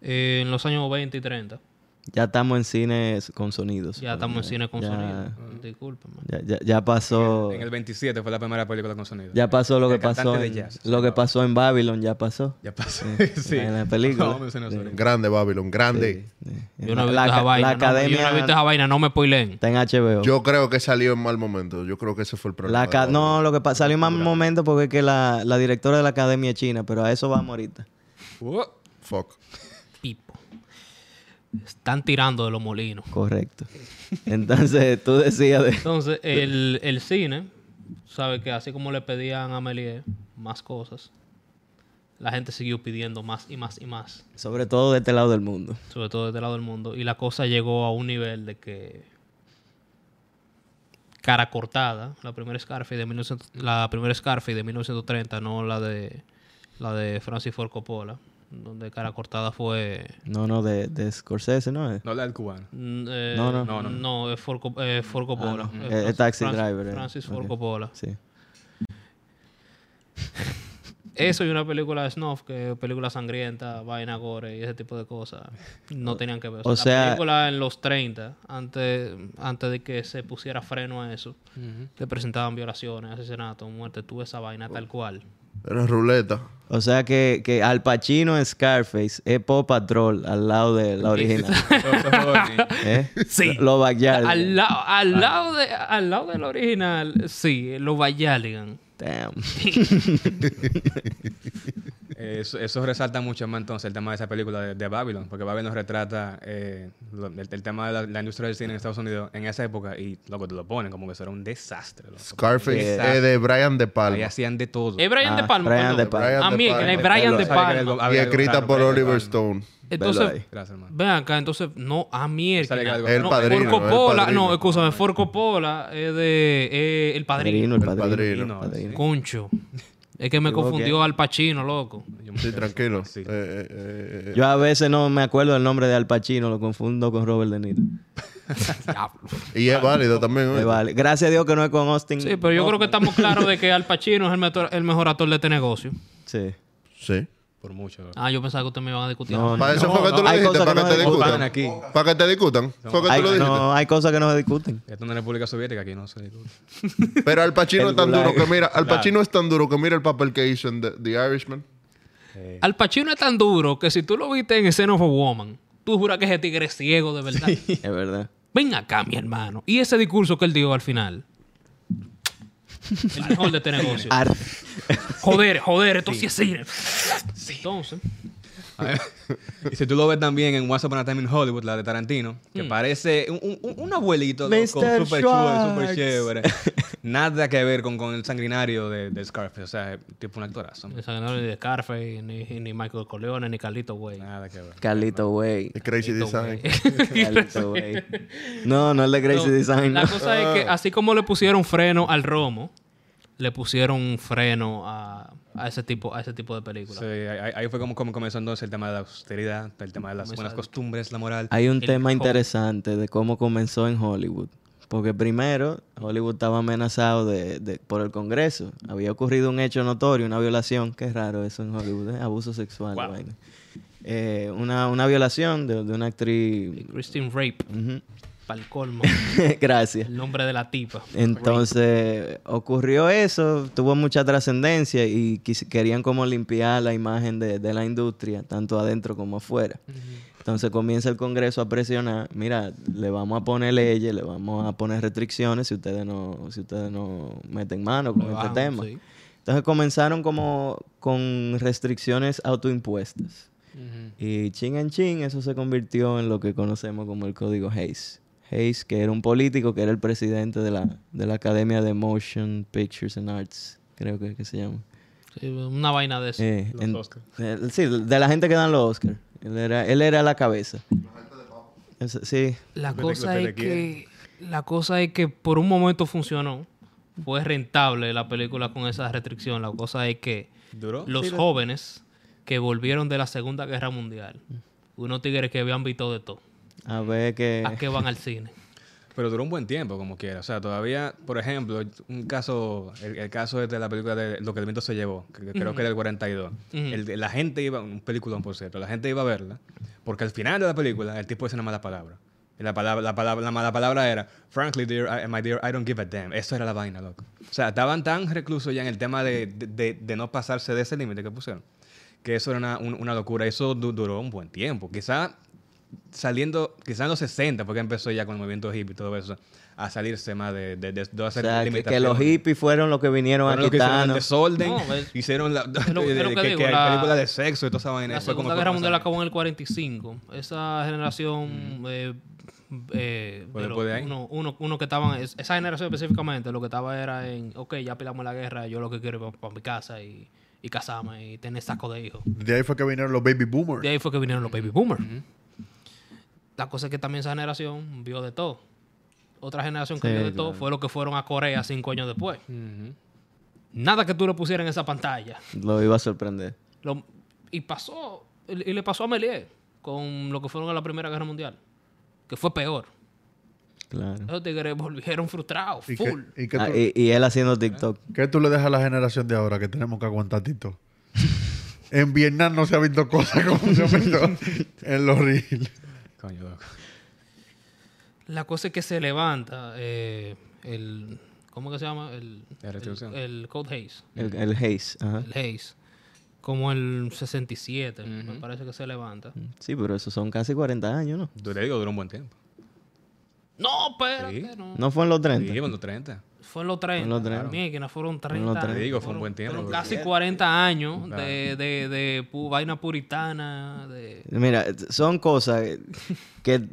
eh, en los años 20 y 30, Ya estamos en cines con sonidos. ya estamos en cine con Ya- sonido. Discúlpame. Ya, ya- ya pasó. En el 27 fue la primera película con sonido. Ya pasó lo El que pasó. cantante de en- jazz. lo que pasó en Babylon, ya pasó. Ya pasó. sí. en la película. No, mencioné eso. Grande, Babylon, grande. Yo no he visto La- la, esa la vaina. no, yo no academia he visto esa vaina, no me spoileen. está en HBO. Yo creo que salió en mal momento. Yo creo que ese fue el problema. La de ca- Babylon. no, lo que pasa, salió más momento porque es que la, la directora de la academia es china, pero a eso vamos ahorita. Uh, Fuck. Pipo. Están tirando de los molinos. Correcto. Entonces, tú decías de... Entonces, el, el cine, sabe que así como le pedían a Melie más cosas, la gente siguió pidiendo más y más y más, Sobre todo de este lado del mundo. sobre todo desde el lado del mundo, y la cosa llegó a un nivel de que cara cortada, la primera Scarface de 1900 la primera Scarface de 1930, no la de la de Francis Ford Coppola, donde cara cortada fue No, no, de, de Scorsese, ¿no es? no la del cubano. Mm, eh, No, no. no, No, no, es Ford, Cop- eh, Ford Coppola. no. Eh, Eh, Francis- Taxi Francis- Driver, eh. Francis Ford Ok. Coppola. Sí. Eso y una película de Snuff, que es película sangrienta, vaina gore y ese tipo de cosas, no tenían que ver. o la sea- película en los 30, antes, antes de que se pusiera freno a eso, le presentaban violaciones, asesinatos, muerte, tuve esa vaina tal cual. Era ruleta. O sea que, que Al Pacino en Scarface es Paw Patrol al lado de la original. Eso es horny. ¿eh? Sí. Los Backyardigans. Al, lado al, lado de, al lado del original, sí, lo Vallalgan. Damn. Eso, eso resalta mucho más entonces el tema de esa película de, de Babylon, porque Babylon retrata eh, lo- el, el tema de la, la industria del cine en Estados Unidos en esa época y loco te lo ponen como que eso era un desastre. loco. Scarface Desastre. Eh, es de Brian De Ahí Palma. hacían de todo. Es Eh, Brian Ah, De Palma. Brian perdón. De Palma. Brian A De mí, Palma. el Brian De Sabe que había Palma. algo- Y había algo escrita raro, por Brian De Oliver Palma. Stone. Entonces, Velo ahí. Gracias, hermano. Ven acá, entonces, no, a mierda. Sale algo- El No, padrino. Ford el Coppola, no, padrino. escúchame, Ford Coppola es de eh, El Padrino. Padrino, el El padrino. padrino. No, Padrino. Concho. Es que me confundió al Pacino, loco. Yo me- Sí, tranquilo. Sí. Eh, eh, eh, eh, Yo a veces no me acuerdo del nombre de Al Pacino, lo confundo con Robert De Niro. Diablo. Y es válido también. Me ¿eh? vale. Gracias a Dios que no es con Austin. Sí, pero yo creo que estamos claros de que Al Pacino es el, meto- el mejor actor de este negocio. Sí. Sí. Por mucho. loco. Ah, yo pensaba que ustedes me iban a discutir. No, Para eso no, fue que no. tú lo Hay dijiste, cosas para que que te no se Discutan discutan. aquí. Para que te discutan. Fue que Hay, tú lo dijiste. no, hay cosas que no se discuten. Esto es una República Soviética aquí, no sé. Pero Al Pacino El es tan gulag. duro que mira, Al Pacino es tan duro que mira el papel que hizo en The, The Irishman. Al Pacino es tan duro que si tú lo viste en Scene of a Woman, tú juras que ese tigre es ciego de verdad. Es verdad. Ven acá, mi hermano. Y ese discurso que él dio al final. El mejor de este negocio. Ar- Joder, joder, esto sí, es cine. Entonces, y si tú lo ves también en Once Upon a Time in Hollywood, la de Tarantino, que parece un, un- un abuelito loco, Mr. súper chulo, Schwartz. súper chévere. Nada que ver con, con el sanguinario de, de Scarface. O sea, es tipo un actorazo. el ganador de Scarface, ni, ni Michael Corleone, ni Carlito Way. Ah, Nada que ver. Carlito Way. Es crazy design. Carlito Way. No, no es Ah. de Crazy No, Design. La no. cosa es que así como le pusieron freno al romo, le pusieron freno a, a ese tipo a ese tipo de películas. Sí, ahí, ahí fue como, como comenzó entonces el tema de la austeridad, el tema de las buenas costumbres, la moral. Hay un El tema Hulk. interesante de cómo comenzó en Hollywood. Porque primero, Hollywood estaba amenazado de, de- por el Congreso. Había ocurrido un hecho notorio, una violación. Qué raro eso en Hollywood, ¿eh? Abuso sexual. vaina. Eh, una, una violación de, de una actriz. Christine Rape, Ujú. para el colmo, Gracias. el nombre de la tipa. Entonces ocurrió eso, tuvo mucha trascendencia y quis- querían como limpiar la imagen de, de la industria, tanto adentro como afuera. Entonces comienza el Congreso a presionar, mira, le vamos a poner leyes, le vamos a poner restricciones si ustedes no, si ustedes no meten mano con Le este bajan, tema. sí. Entonces comenzaron como con restricciones autoimpuestas. Y chin en chin, eso se convirtió en lo que conocemos como el código Hayes. Hayes, que era un político, que era el presidente de la, de la Academia de Motion Pictures and Arts, creo que, que se llama. Sí, una vaina de eso. Eh, Los en- Oscar. eh, sí, de la gente que dan los Oscars. Él era, él era la cabeza. Eso- sí, La Vete eh. que cosa usted es le quiere. que la cosa es que por un momento funcionó, fue rentable la película con esa restricción. La cosa es que ¿Duró? los jóvenes que volvieron de la Segunda Guerra Mundial, unos tigres que habían visto de todo, a ver Eh. Ah, ¿a que... qué van al cine? Pero duró un buen tiempo, como quiera. O sea, todavía, por ejemplo, un caso, el, el caso este de la película de Lo que el viento se llevó, que, que creo que era el 42. El de- la gente iba, un peliculón por cierto, la gente iba a verla, porque al final de la película el tipo dice una mala palabra. Y la, palabra, la, palabra, la mala palabra era, frankly, dear, I- my dear, I don't give a damn. Eso era la vaina, loco. O sea, estaban tan reclusos ya en el tema de, de- de- de no pasarse de ese límite que pusieron, que eso era una, un- una locura. Eso du- duró un buen tiempo. Quizá saliendo, quizás en los 60, porque empezó ya con el movimiento hippie y todo eso, a salirse más de, de, de, de O hacer sea, que, que limitaciones. los hippies fueron los que vinieron Fueron a los que hicieron el quitarnos. desorden, No, es- hicieron la, lo- es lo que que, que digo, hay la- películas de sexo y toda esa vaina. La fue como Segunda fue Guerra Mundial pasando. acabó en el 45. Esa generación eh, eh, Pues de después de los- ahí. uno, uno- uno que estaban, es- esa generación específicamente, lo que estaba era en, ok, ya pilamos la guerra, yo lo que quiero es para mi casa y, y casarme y tener saco de hijos. De ahí fue que vinieron los baby boomers. De ahí fue que vinieron los baby boomers. La cosa es que también esa generación vio de todo. Otra generación que Sí, vio de todo claro. fue lo que fueron a Corea cinco años después. Ujú. Nada que tú le pusieras en esa pantalla. Lo iba a sorprender. Lo- y pasó, y, y le pasó a Melié con lo que fueron a la Primera Guerra Mundial, que fue peor. Claro. Esos tigres volvieron frustrados, ¿Y, full. qué, y qué tú, Ah, y, y él haciendo TikTok. qué tú le dejas a la generación de ahora que tenemos que aguantar, Tito? en Vietnam no se ha visto cosas como se ha visto en los reels. Coño, loco. La cosa es que se levanta eh, el, ¿cómo que se llama? El, La restricción. el, el Code Haze. El, Ah. el Hayes. Ajá. el Hayes, como el 67, me parece que se levanta. Sí, pero esos son casi 40 años, ¿no? Duré, digo, duró un buen tiempo. No, pero Sí. no. No fue en los Sí, 30. en los 30. Fue en los 30. en los 30. Mierda, fueron 30. los 30. años, Te digo, fue un fueron- buen tiempo, fueron bro. casi 40 años de, de, de pu- vaina puritana. De... Mira, son cosas que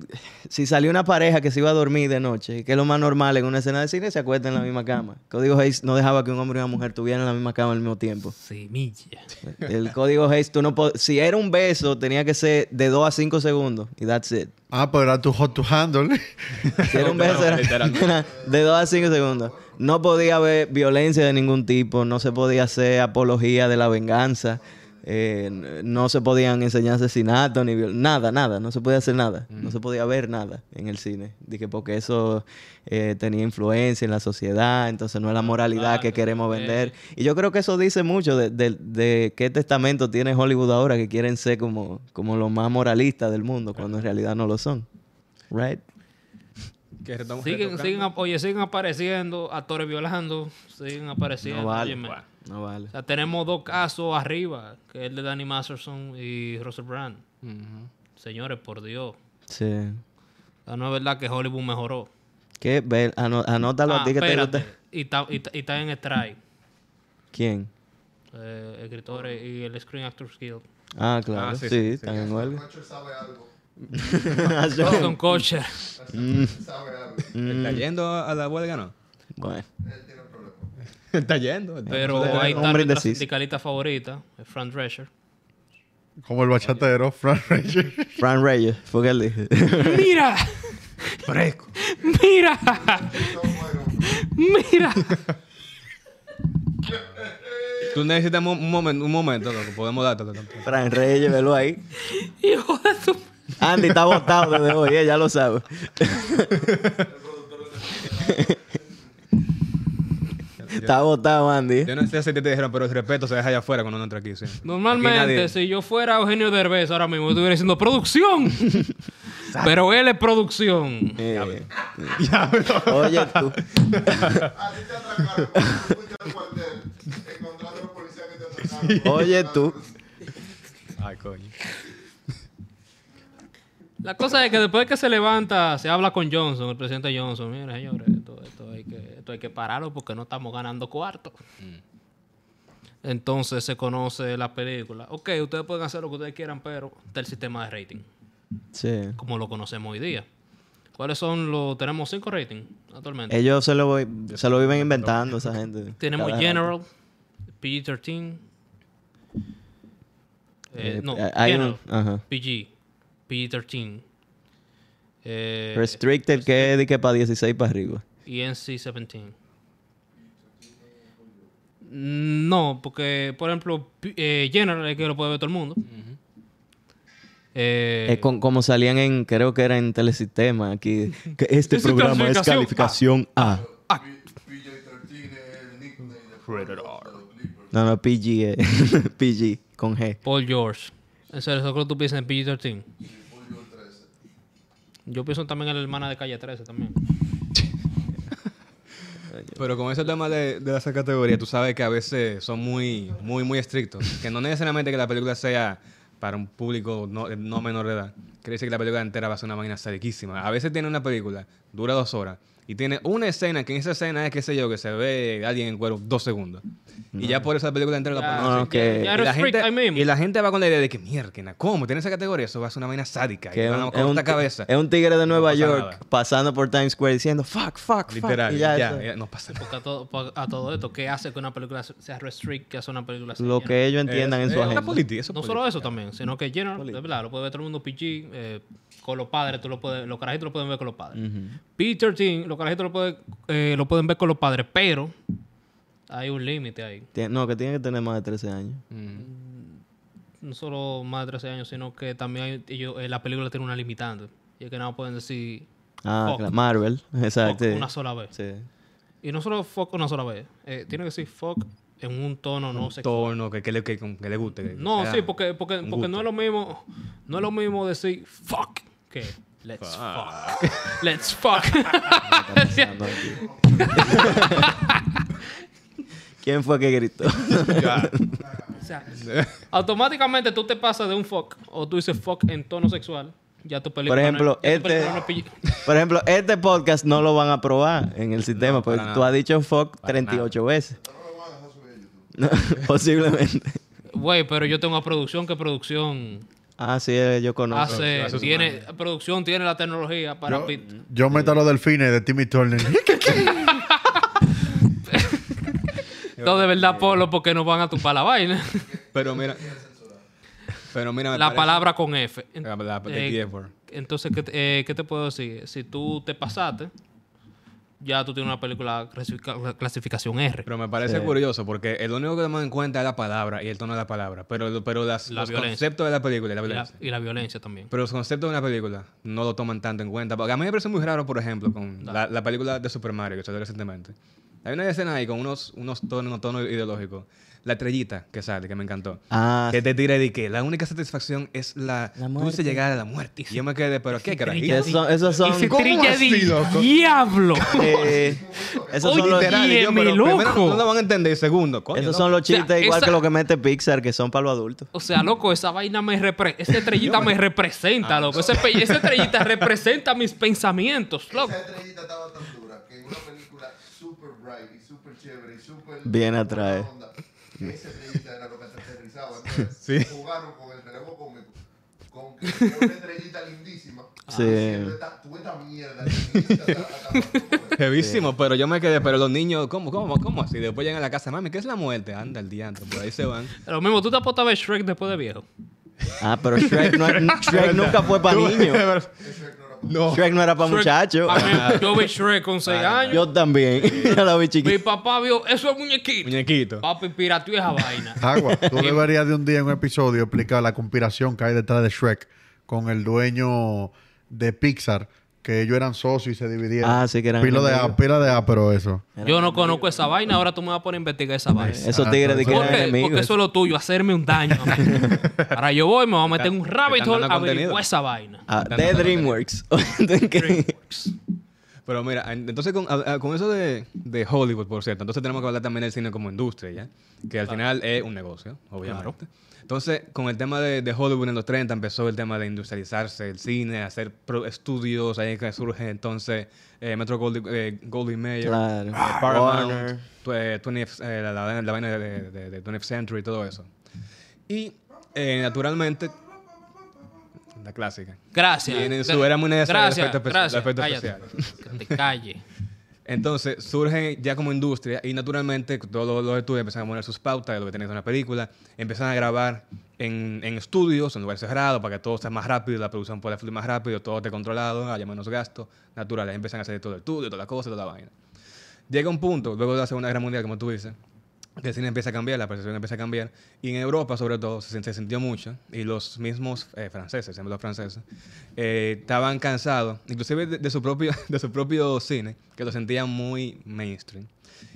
si salió una pareja que se iba a dormir de noche, que es lo más normal en una escena de cine, se acuesta en la misma cama. Código Hayes no dejaba que un hombre y una mujer tuvieran en la misma cama al mismo tiempo. Semilla. El código Hayes, tú no po- si era un beso, tenía que ser de 2 a 5 segundos y that's it. Ah, pero era tu hot to handle. Si era un beso, era- era de 2 a 5 segundos. No podía haber violencia de ningún tipo, no se podía hacer apología de la venganza, eh, n- no se podían enseñar asesinatos, ni viol- nada, nada, no se podía hacer nada, no se podía ver nada en el cine. Dije, porque eso eh, tenía influencia en la sociedad, entonces no es la moralidad que queremos vender. Y yo creo que eso dice mucho de, de- de qué testamento tiene Hollywood ahora, que quieren ser como, como los más moralistas del mundo, cuando en realidad no lo son. Right? Que retom- Siguen, retocando. siguen, ap- oye, siguen apareciendo actores violando, siguen apareciendo. No vale. pues. óyeme. No vale. O sea, tenemos dos casos arriba, que es el de Danny Masterson y Russell Brand. Ujú. Señores, por Dios. Sí. La no es verdad que Hollywood mejoró. ¿Qué? Ve, ano- anótalo Ah, a ti que te espérate. gusta. Y está, y, está- y está en strike. ¿Quién? eh, escritores y el Screen Actors Guild. Ah, claro. Ah, sí, sí, sí, están en huelga. Macho sabe algo. Con Cocher. Sabe algo. ¿Está Mm. yendo a la huelga no? Bueno, Está yendo. está- Pero Hombre ahí está nuestra indeciso. sindicalista favorita, eh, Fran Drescher. Como el bachatero, Frank Ranger. Fran Reyes, fue que él dijo. ¡Mira! Fresco. ¡Mira! ¡Mira! Tú necesitas un, un momento, un momento, loco. Podemos darte. Fran Reyes, velo ahí. ¡Hijo de su... Andy está votado desde hoy, eh, ya lo sabe. está votado, Andy. Yo no sé si te, te dijeron, pero el respeto se deja allá afuera cuando uno entra aquí. sí. Aquí Normalmente, nadie- si yo fuera Eugenio Derbez ahora mismo, estuviera diciendo ¡Producción! Pero él es producción. Eh, Oye, tú. A ti te atracaron. Tú fuiste al cuartel. Encontraste a los policías que te atracaron. Oye, tú. Ay, coño. La cosa es que después que se levanta, se habla con Johnson, el presidente Johnson. Mira, señores, esto, esto hay, que, esto hay que pararlo porque no estamos ganando cuarto. Entonces se conoce la película. Ok, ustedes pueden hacer lo que ustedes quieran, pero está el sistema de rating, Sí. como lo conocemos hoy día. ¿Cuáles son los...? Tenemos cinco ratings actualmente. Ellos se lo, voy- se lo viven inventando, esa gente. Tenemos Cada- General, PG-13. eh, Eh, no, hay General, un- ajá. PG, PG-13. eh, Restricted, que es de que para 16 para arriba. y NC-17. No, porque, por ejemplo, P- eh, General es que lo puede ver todo el mundo. Eh, Es con- como salían en, creo que era en Telesistema, aquí. Que este Es programa es clasificación calificación A. No, no, PG, eh. PG, con G. Paul George. En serio, eso es lo que tú piensas en PG-13. Yo pienso también en la hermana de Calle 13 también. Pero con ese tema de, de esa categoría, tú sabes que a veces son muy, muy, muy estrictos. Que no necesariamente que la película sea para un público no, no menor de edad. Quiere decir que la película entera va a ser una vaina sadiquísima. A veces tiene una película, dura dos horas, y tiene una escena que en esa escena es, qué sé yo, que se ve a alguien en cuero dos segundos. Y ya por esa película entera la ponen no, así. ya que- Y la, eres freak, gente, ahí mismo. y la gente va con la idea de que mierda, ¿cómo? ¿Tiene esa categoría? Eso va a ser una vaina sádica. Que y es van un, a es un cortar ti- cabeza. es un tigre de Nueva pasa York nada. pasando por Times Square diciendo fuck, fuck, fuck", Literal. y Ya, ya eso. ya, no pasa nada. Porque a todo, pa- a todo esto, ¿qué hace que una película se- sea restrict? ¿Qué hace una película sea Lo General? que ellos entiendan en Es- su es una agenda. política, eso es No solo política. eso también, sino que General, de verdad, lo puede ver todo el mundo PG, eh, con los padres, tú lo puedes, los carajitos lo pueden ver con los padres. P13, los carajitos lo, pueden- eh, lo pueden ver con los padres, pero hay un límite ahí. Tien- No, que tienen que tener más de 13 años. No solo más de 13 años, sino que también hay- ellos, eh, la película tiene una limitante. Y es que no pueden decir Ah, Fuck. claro, Marvel, fuck exacto. una sola vez. Sí. Y no solo fuck una sola vez, eh, tiene que decir fuck en un tono no sexual. Torno, que, que, le, que, que le guste. que- No, que- sí, porque, porque, un porque gusto. no es lo mismo. No es lo mismo decir fuck que let's fuck. Let's fuck. Pensando aquí. ¿Quién fue que gritó? Ya. o sea, automáticamente tú te pasas de un fuck o tú dices fuck en tono sexual. Ya tu película. Por ejemplo, no es- ya tu este- película no es PG. Por ejemplo, este podcast no lo van a probar en el sistema, porque para tú nada. has dicho fuck Para 38 veces. No, posiblemente. Güey, pero yo tengo a producción que producción Ah, sí, eh, yo conozco. hace. hace su tiene, producción tiene la tecnología para. Yo, pit- yo meto a los delfines de Timmy Turner. No, de verdad, Polo, porque nos van a tupar la vaina. Pero mira. Pero mira, me la parece- palabra con F. En- La, la- de eh, Kiev, por- Entonces, ¿qué te, eh, qué te puedo decir? Si tú te pasaste, ya tú tienes una película clasifica- clasificación R. Pero me parece curioso porque el único que tomamos en cuenta es la palabra y el tono de la palabra. Pero, pero las, La los violencia. conceptos de la película y la y, la, violencia. y la violencia también. Pero los conceptos de una película no lo toman tanto en cuenta. Porque a mí me parece muy raro, por ejemplo, con la, la película de Super Mario que salió recientemente. Hay una escena ahí con unos, unos tonos, unos tonos ideológicos. la estrellita que sale, que me encantó. Ah, Que te tira de que la única satisfacción es la, La dulce muerte. llegada a la muerte. Y yo me quedé, pero qué que carajito. esos son- esos son... Y se ¿Cómo trilla así, loco? de diablo. eh, esos Oye, son los, Literal, y yo, mi pero primero loco. no lo van a entender. Y segundo, coño, esos no. son los sea, chistes igual esa- que lo que mete Pixar, que son para los adultos. O sea, loco, esa vaina me representa. Esa estrellita me representa, loco. Ese pe- Esa estrellita representa mis pensamientos, loco. Esa estrellita estaba tan dura que en una película super bright y super chévere y super. Bien atrae. buena onda, que Esa estrellita era lo que te aterrizaba. Entonces, jugaron con el relevo cómico. Con que era una estrellita lindísima. Sí. diciendo, "Esta- Tú esta mierda. lindísima, ta, ta, ta, ta". Jevísimo, pero yo me quedé, pero los niños, ¿cómo, cómo, cómo así? Después llegan a la casa, mami, ¿qué es la muerte? Anda, el diante, por ahí se van. Lo mismo, tú te apostas a ver Shrek después de viejo. Ah, pero Shrek, no, Shrek nunca fue para niños. No. Shrek no era para Shrek- muchachos. A mí, yo vi Shrek con 6 años. Yo también. Yo la vi Mi chiquita. papá vio, eso es muñequito. Muñequito. Papi, pirateó esa vaina. Agua, tú deberías de un día en un episodio explicar la conspiración que hay detrás de Shrek con el dueño de Pixar, que ellos eran socios y se dividieron. Ah, sí, que eran Pila de enemigos. A, pila de A, pero eso. Yo no conozco esa vaina, ahora tú me vas a poner a investigar esa vaina. Esos tigres de que ¿Por eran qué? Porque enemigos. eso es lo tuyo, hacerme un daño. a mí. Ahora yo voy, me voy a meter en un rabbit están hole dando a averiguar contenido. esa vaina. Ah, de DreamWorks. Pero mira, en- entonces con, a- a- con eso de, de Hollywood, por cierto, entonces tenemos que hablar también del cine como industria, ¿ya? Que al final es un negocio, obviamente. Entonces, con el tema de, de Hollywood en los 30 empezó el tema de industrializarse el cine, hacer pro- estudios, ahí es que surge entonces eh, Metro Goldie, eh, Goldie Mayer, Claro. eh, Ah, Paramount, Warner. tu- eh, 20th, eh, la, la- la vaina de, de- de 20th Century y todo eso. Y eh, naturalmente, la clásica. Gracias. Tienen su era muy necesaria, Gracias, efecto espe- gracias. efecto cállate. especial. Que te calle. Entonces surgen ya como industria y naturalmente todos los, los estudios empiezan a poner sus pautas de lo que tenían en una película, empiezan a grabar en, en estudios, en lugares cerrados, para que todo sea más rápido, la producción pueda fluir más rápido, todo esté controlado, haya menos gastos naturales, empiezan a hacer todo el estudio, toda la cosa, toda la vaina. Llega un punto, luego de la Segunda Guerra Mundial, como tú dices, que el cine empieza a cambiar, la percepción empieza a cambiar, y en Europa sobre todo se, se sintió mucho, y los mismos eh, franceses, siempre los franceses, eh, estaban cansados, inclusive de, de su propio, de su propio cine, que lo sentían muy mainstream,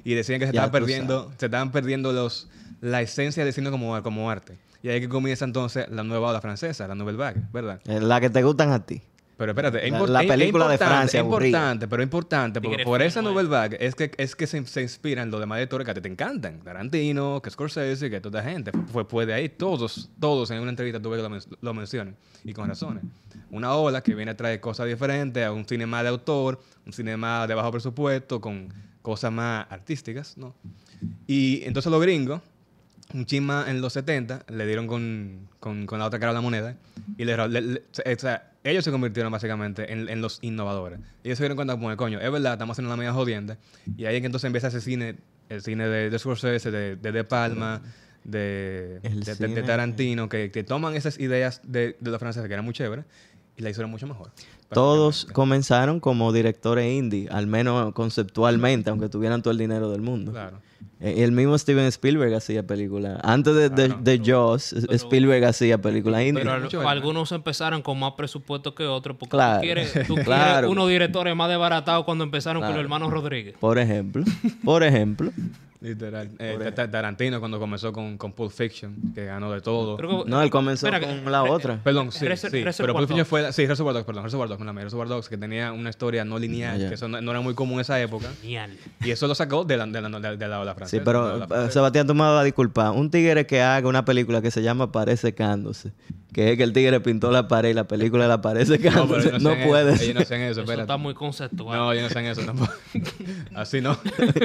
y decían que se Ya estaban tú perdiendo, se estaban perdiendo los, la esencia del cine como, como arte. Y ahí es que comienza entonces la nueva ola francesa, la Nouvelle Vague, ¿verdad? Eh, La que te gustan a ti. Pero espérate, es La- impor- la es- es película de importante, Francia, Es aburrida. importante, pero es importante, porque Tigre por esa fino, novel vague es que, es que se, se inspiran los demás directores que a ti te encantan. Tarantino, que Scorsese, que toda esta gente. Fue, fue de ahí, todos, todos en una entrevista tuve que lo, men- lo mencionan, y con razones. Una ola que viene a traer cosas diferentes, a un cine más de autor, un cine más de bajo presupuesto, con cosas más artísticas, ¿no? Y entonces los gringos, un chisma en los 70, le dieron con, con- con la otra cara de la moneda y le- le- le- o sea, ellos se convirtieron básicamente en, en los innovadores. Ellos se dieron cuenta como, coño, es verdad, estamos haciendo la media jodienda. Y ahí es que entonces empieza ese cine, el cine de, de Scorsese, de de, De Palma, de, El de- de- de cine. Tarantino, que, que toman esas ideas de, de los franceses que eran muy chéveres y la hicieron mucho mejor. Todos básicamente. comenzaron como directores indie, al menos conceptualmente, aunque tuvieran todo el dinero del mundo. Claro. Eh, El mismo Steven Spielberg hacía películas. Antes de, de, Claro. de Jaws, Spielberg hacía películas indie. Pero al- mucho, ¿verdad? algunos empezaron con más presupuesto que otros porque Claro. tú quieres, tú quieres Claro. unos directores más desbaratados cuando empezaron con Claro. los hermanos Rodríguez. Por ejemplo. Por ejemplo. Literal. Eh, Ta- e- Ta- Tarantino cuando comenzó con, con Pulp Fiction, que ganó de todo. Creo que- No, él comenzó Espera, que- eh, con la otra. Perdón, sí, Reser- sí. Reservoir Pero Pulp Fiction Dogs. fue... Sí, Reservoir Dogs, perdón. Reservoir Dogs, me la miré, Reservoir Dogs, que tenía una historia no lineal, Ah, ya. que eso no, no era muy común en esa época. Genial. Y eso lo sacó de la, de la, de la- de la ola francesa. Sí, de la pero ola eh, francesa. Sebastián, tú me vas a disculpar. Un tigre que haga una película que se llama Pared secándose, que es que el tigre pintó la pared y la película de la pared No, pero secándose, ellos no, sé en puedes. Eso, ellos no sé en eso, Eso espérate. está muy conceptual. No, yo no sé en eso tampoco. Así no.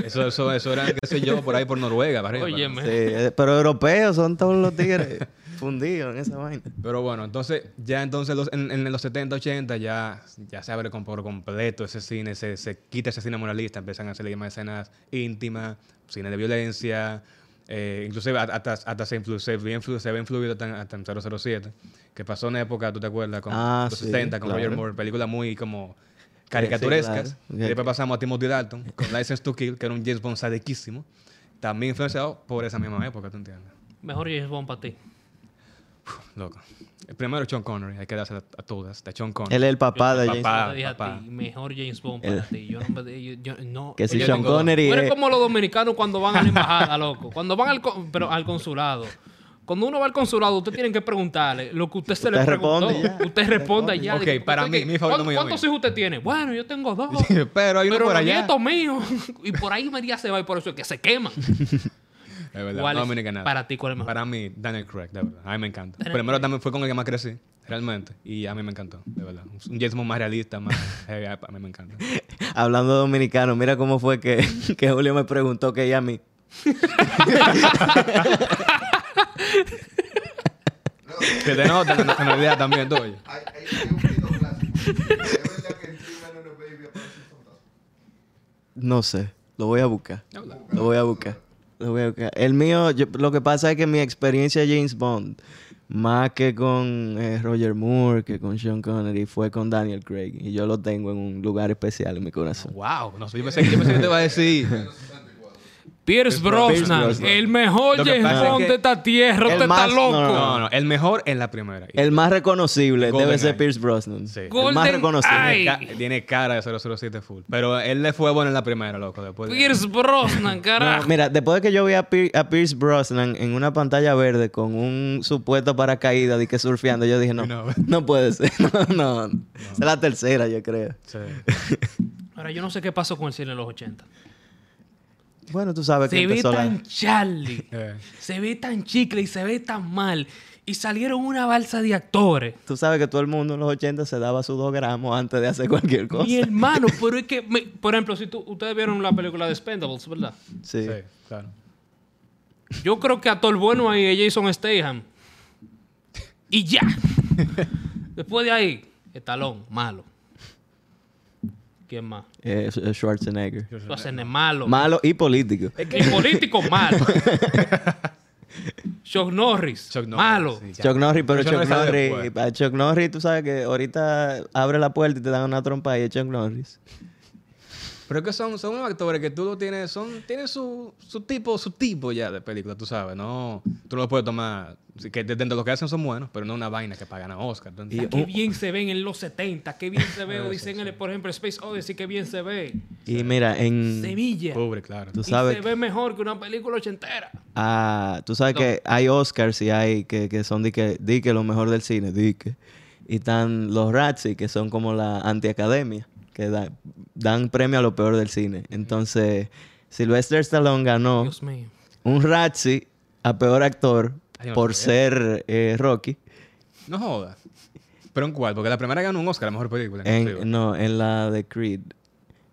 Eso, eso, eso era, qué sé yo, por ahí por Noruega. para arriba, Óyeme. Sí, eh, pero europeos son todos los tigres fundidos en esa vaina. Pero bueno, entonces, ya entonces los- en, en los 70, 80 ya, ya se abre con, por completo ese cine, se, se quita ese cine moralista, empiezan a hacer más escenas íntimas, cine de violencia, eh, inclusive hasta, hasta, hasta se, influ, se, ve influ- se ve influido hasta, hasta en 007, que pasó una época, ¿tú te acuerdas? Con Ah, los sí, 60, con Roger claro. Eh, Moore, películas muy como caricaturescas. Sí, claro. Y después pasamos a Timothy Dalton con License to Kill, que era un James Bond sadiquísimo, también influenciado por esa misma época, ¿tú entiendes? Mejor James Bond para ti. Loco. Primero Sean Connery, hay que darse a, a todas. De Sean Connery. Él es el papá Yo- de papá, yo James te Bond. dije a papá. ti, mejor James Bond para El- ti. Yo no, me- yo- yo- no. Que si Oye, Sean tengo- Connery Tú es- eres como los dominicanos cuando van a la embajada, loco. Cuando van al, con- pero al consulado. Cuando uno va al consulado, usted tiene que preguntarle lo que usted se le Usted preguntó. responde ya. Usted responda ya. Ok, Dice, porque para usted mí, que- mi favorito, ¿cuán- mío, ¿Cuántos mío. hijos usted tiene? Bueno, yo tengo dos. Pero hay uno pero por los allá. nietos míos. Y por ahí media se va y por eso es que se queman. Es verdad, ¿Cuál no es Dominican nada. para ti, cuál es mejor? Para mí, Daniel Craig, de verdad. A mí me encanta. Primero también fue con el que más crecí, realmente. Y a mí me encantó, de verdad. Un James Bond más realista, más heavy, a mí me encanta. Hablando de dominicano, mira cómo fue que, que Julio me preguntó que ella a mí. Se te nota la nacionalidad también, tú, oye. Hay, hay, hay un grito clásico. Es verdad que en Dream and Baby aparece un fantasma. No sé, lo voy a buscar. Lo voy a buscar. Lo voy a buscar. El mío, yo- lo que pasa es que mi experiencia de James Bond, más que con eh, Roger Moore, que con Sean Connery, fue con Daniel Craig. Y yo lo tengo en un lugar especial en mi corazón. Wow, no sé, yo pensé, yo pensé que te iba a decir. Pierce Brosnan, Brosnan. el mejor Lo que James pasa es Bond que- de esta tierra. El Usted está más- no, loco. No, no, el mejor en la primera. Y El más reconocible debe Golden ser Eye. Pierce Brosnan. Sí. El más Golden reconocible. Eye. Tiene, ca- tiene cara de 007 full. Pero él le fue bueno en la primera, loco. Después de- Pierce Brosnan, No, carajo. mira, después de que yo vi a, Pier- a Pierce Brosnan en una pantalla verde con un supuesto paracaídas de que surfeando, yo dije, no, No. no, puede ser. No, no. Es la tercera, yo creo. Sí. Ahora, yo no sé qué pasó con el cine en los 80. Bueno, tú sabes que Se ve empezó la- tan Charlie, Eh, se ve tan chicle y se ve tan mal. Y salieron una balsa de actores. Tú sabes que todo el mundo en los 80 se daba sus dos gramos antes de hacer cualquier cosa. Mi hermano, pero es que, me- por ejemplo, si tú- ustedes vieron la película de Spendables, ¿verdad? Sí. sí, claro. Yo creo que a todo el bueno ahí es Jason Statham. Y ya. Después de ahí, Estalón, malo. ¿Quién más? Eh, Sch- eh, Schwarzenegger. Lo hacen de malo. Malo y político. Y político, malo. Chuck Norris, Chuck Norris, malo. sí, ya. Chuck Norris, pero Eso Chuck no sale Norris, después. a Chuck Norris, tú sabes que ahorita abre la puerta y te dan una trompa y es Chuck Norris. Pero es que son, son unos actores que tú lo tienes, son, tienen su, su tipo, su tipo ya de película, tú sabes, ¿no? Tú no lo puedes tomar, sí, que dentro de lo que hacen son buenos, pero no una vaina que pagan a Oscar. ¿tú Ah, entiendes? qué bien se ven en los 70, qué bien se Ah, ve Odisea, en el, por ejemplo, Space Odyssey, qué bien se ve. Y mira, en... Sevilla. Pobre, claro. Tú Y sabes se que- ve mejor que una película ochentera. Ah, tú sabes que hay Oscars y hay que, que son di que, di que lo mejor del cine, di que. Y están los Razzies, que son como la antiacademia, que da- dan premio a lo peor del cine. Entonces, Sylvester Stallone ganó Dios mío. un Razzie a peor actor Ay, no por sabía. ser eh, Rocky. No jodas. ¿Pero en cuál? Porque la primera ganó un Oscar, la mejor película. inclusive. En, no, en la de Creed.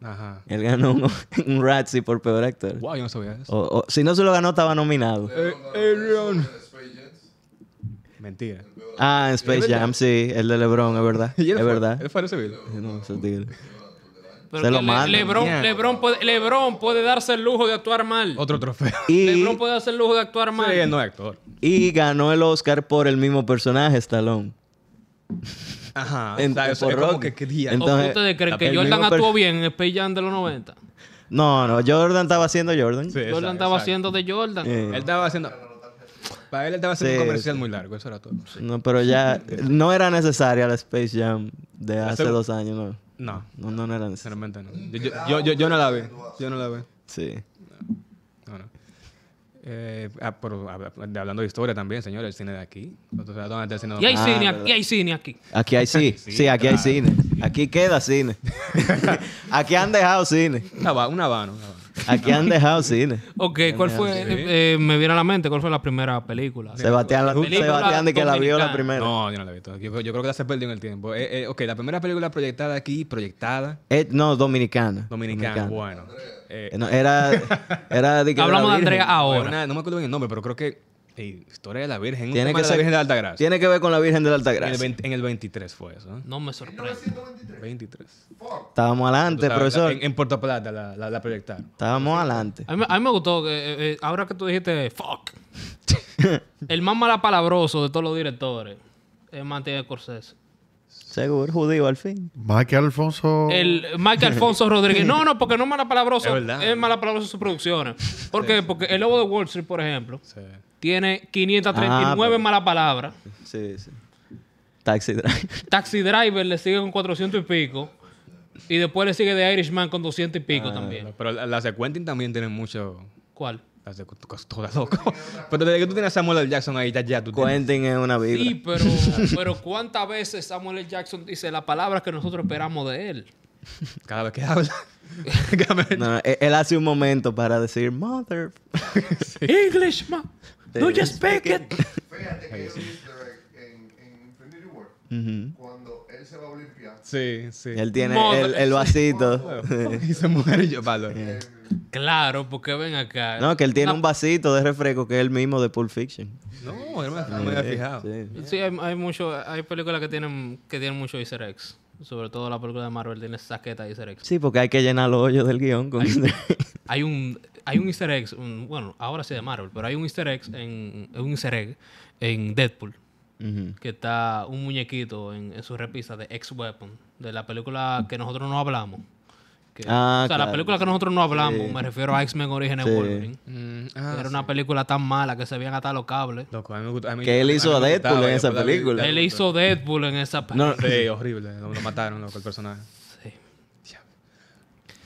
Ajá. Él ganó un, un Razzie por peor actor. Wow, yo no sabía eso. O- o- si no se lo ganó, estaba nominado. Eh, Aaron. Mentira. Ah, en Space Jam, sí, el de LeBron, es verdad. ¿Y él Es fue- verdad. Él fue recibido. No, ese tigre. Pero Se que lo Le- mandan. Lebron, Ya. Lebron puede, Lebron puede darse el lujo de actuar mal. Otro trofeo. Y, Lebron puede darse el lujo de actuar mal. Sí, él no es actor. y ganó el Oscar por el mismo personaje, Stallone. Ajá. En- o sea, eso por es como Rocky. que quería. ¿O entonces, ustedes creen la que peli- Jordan mismo per- actuó bien en Space Jam de los 90? No, no, Jordan estaba haciendo Jordan. Sí, exacto, Jordan estaba exacto. haciendo de Jordan. Él Eh, estaba haciendo. Para él, él estaba haciendo Sí, un comercial muy largo, eso era todo. no, pero ya no era necesaria la Space Jam de hace segu- dos años, no. No, No, no, no era necesaria. sinceramente no. Yo, yo, yo, yo- yo no la vi. Yo no la vi. Sí. No, no. Eh, ah, pero habla- de- hablando de historia también, señor, el cine de aquí. Entonces, ¿dónde está el cine de Y hay Ah, cine verdad. aquí, y hay cine aquí. Aquí hay sí, sí, aquí hay cine. Aquí queda cine. aquí han dejado cine. Una va- una vano, una vano. Aquí han dejado cine. Ok, ¿cuál fue? eh, eh, me viene a la mente, ¿cuál fue la primera película? Sebastián, la, Película Sebastián de que la vio la dominicana. primera. No, yo no la he visto. Yo, creo- yo creo que la se perdió en el tiempo. Eh, eh, ok, la primera película proyectada aquí, proyectada, Eh, no, dominicana. dominicana. Bueno. Eh, Eh, no, era, era de que Hablamos la de Virgen. Andrea ahora. Una- no me acuerdo bien el nombre, pero creo que eh, Historia de la Virgen. un Tiene tema que de la ser- Virgen de Altagracia. Tiene que ver con la Virgen de la En el, Altagracia. 20 en el 23 fue eso. ¿eh? No me sorprende. 23. Estábamos Tú adelante, sabes, profesor. En, Ah. en Puerto Plata la, la, la proyectaron. Estábamos adelante. A mí, a mí me gustó, que, eh, eh, ahora que tú dijiste fuck, el más malapalabroso de todos los directores es Martin Scorsese. Seguro, judío al fin. Más que Alfonso. El Mike Alfonso Rodríguez. No, no, porque no es malapalabroso. Es Es, verdad. malapalabroso sus producciones. ¿Por qué? Porque El Lobo de Wall Street, por ejemplo, Sí. tiene 539 Ah, pero- malas palabras. Sí, sí. Taxi Driver. Taxi Driver le sigue con 400 y pico. Y después le sigue The Irishman con 200 y pico también. Pero la- las de Quentin también tienen mucho. ¿Cuál? Las de todas loco. Pero desde que tú tienes a Samuel L. Jackson ahí, ya, ya tú tienes- Quentin es una vibra. Sí, pero, pero ¿cuántas veces Samuel L. Jackson dice las palabras que nosotros esperamos de él? Cada vez que habla. Cada vez- No, él, él hace un momento para decir mother. Englishman, do Sí. you speak it? Fíjate que yo vi Easter egg en, en Infinity War Ujú. cuando él se va a Olimpia. Sí, sí. Él tiene Mother. el, el vasito. y se muere y yo, palo. Claro, porque ven acá. No, que él tiene La- un vasito de refresco que es el mismo de Pulp Fiction. No, no me, no me había Sí, fijado. sí. Sí, hay, hay mucho, hay películas que tienen, que tienen mucho easter eggs. Sobre todo la película de Marvel tiene saqueta de easter eggs. Sí, porque hay que llenar los hoyos del guión con Hay un, hay un easter egg, un- bueno, ahora sí de Marvel, pero hay un easter egg en, un easter egg en Deadpool. Ujú. que está un muñequito en, en su repisa de X-Weapon, de la película que nosotros no hablamos. Que- Ah, o sea, claro. la película que nosotros no hablamos, Sí. me refiero a X-Men Orígenes Sí. Wolverine. Mm, que ah, era una película tan mala que se habían atado los cables. Loco, a mí me gusta. a mí- Que él a mí hizo me a Deadpool gustaba, en yo esa la vi- película. la Él vi- hizo Deadpool en esa película. No, Sí, horrible. Lo, lo mataron, loco, el personaje. Sí.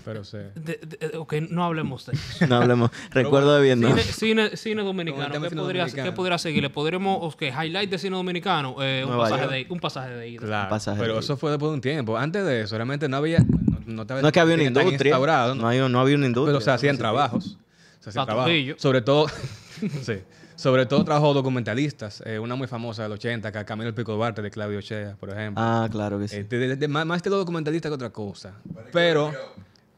Pero sí. Con De- de- ok, no hablemos de eso. No hablemos. Recuerdo de Vietnam. Cine, cine- cine Con el dominicano, tema ¿qué cine podría, dominicano. ¿qué podría seguirle? ¿Podríamos, ok, highlight de cine dominicano? eh, un, Nueva pasaje York. de, un pasaje de ida. Claro. pasaje pero de- eso fue después de un tiempo. Antes de eso, realmente no había. No, estaba- No es que había una tan industria. instaurado, No, hay- no había una industria. Pero, o sea, hacían trabajos. Se hacían trabajos. Patrullillo. Sobre todo, sí. Sobre todo trabajos documentalistas. Eh, una muy famosa del 80, que Camino el Pico Duarte, de Claudio Chea, por ejemplo. Ah, claro que sí. Eh, de- de- de- más, más que todo documentalista que otra cosa. Pero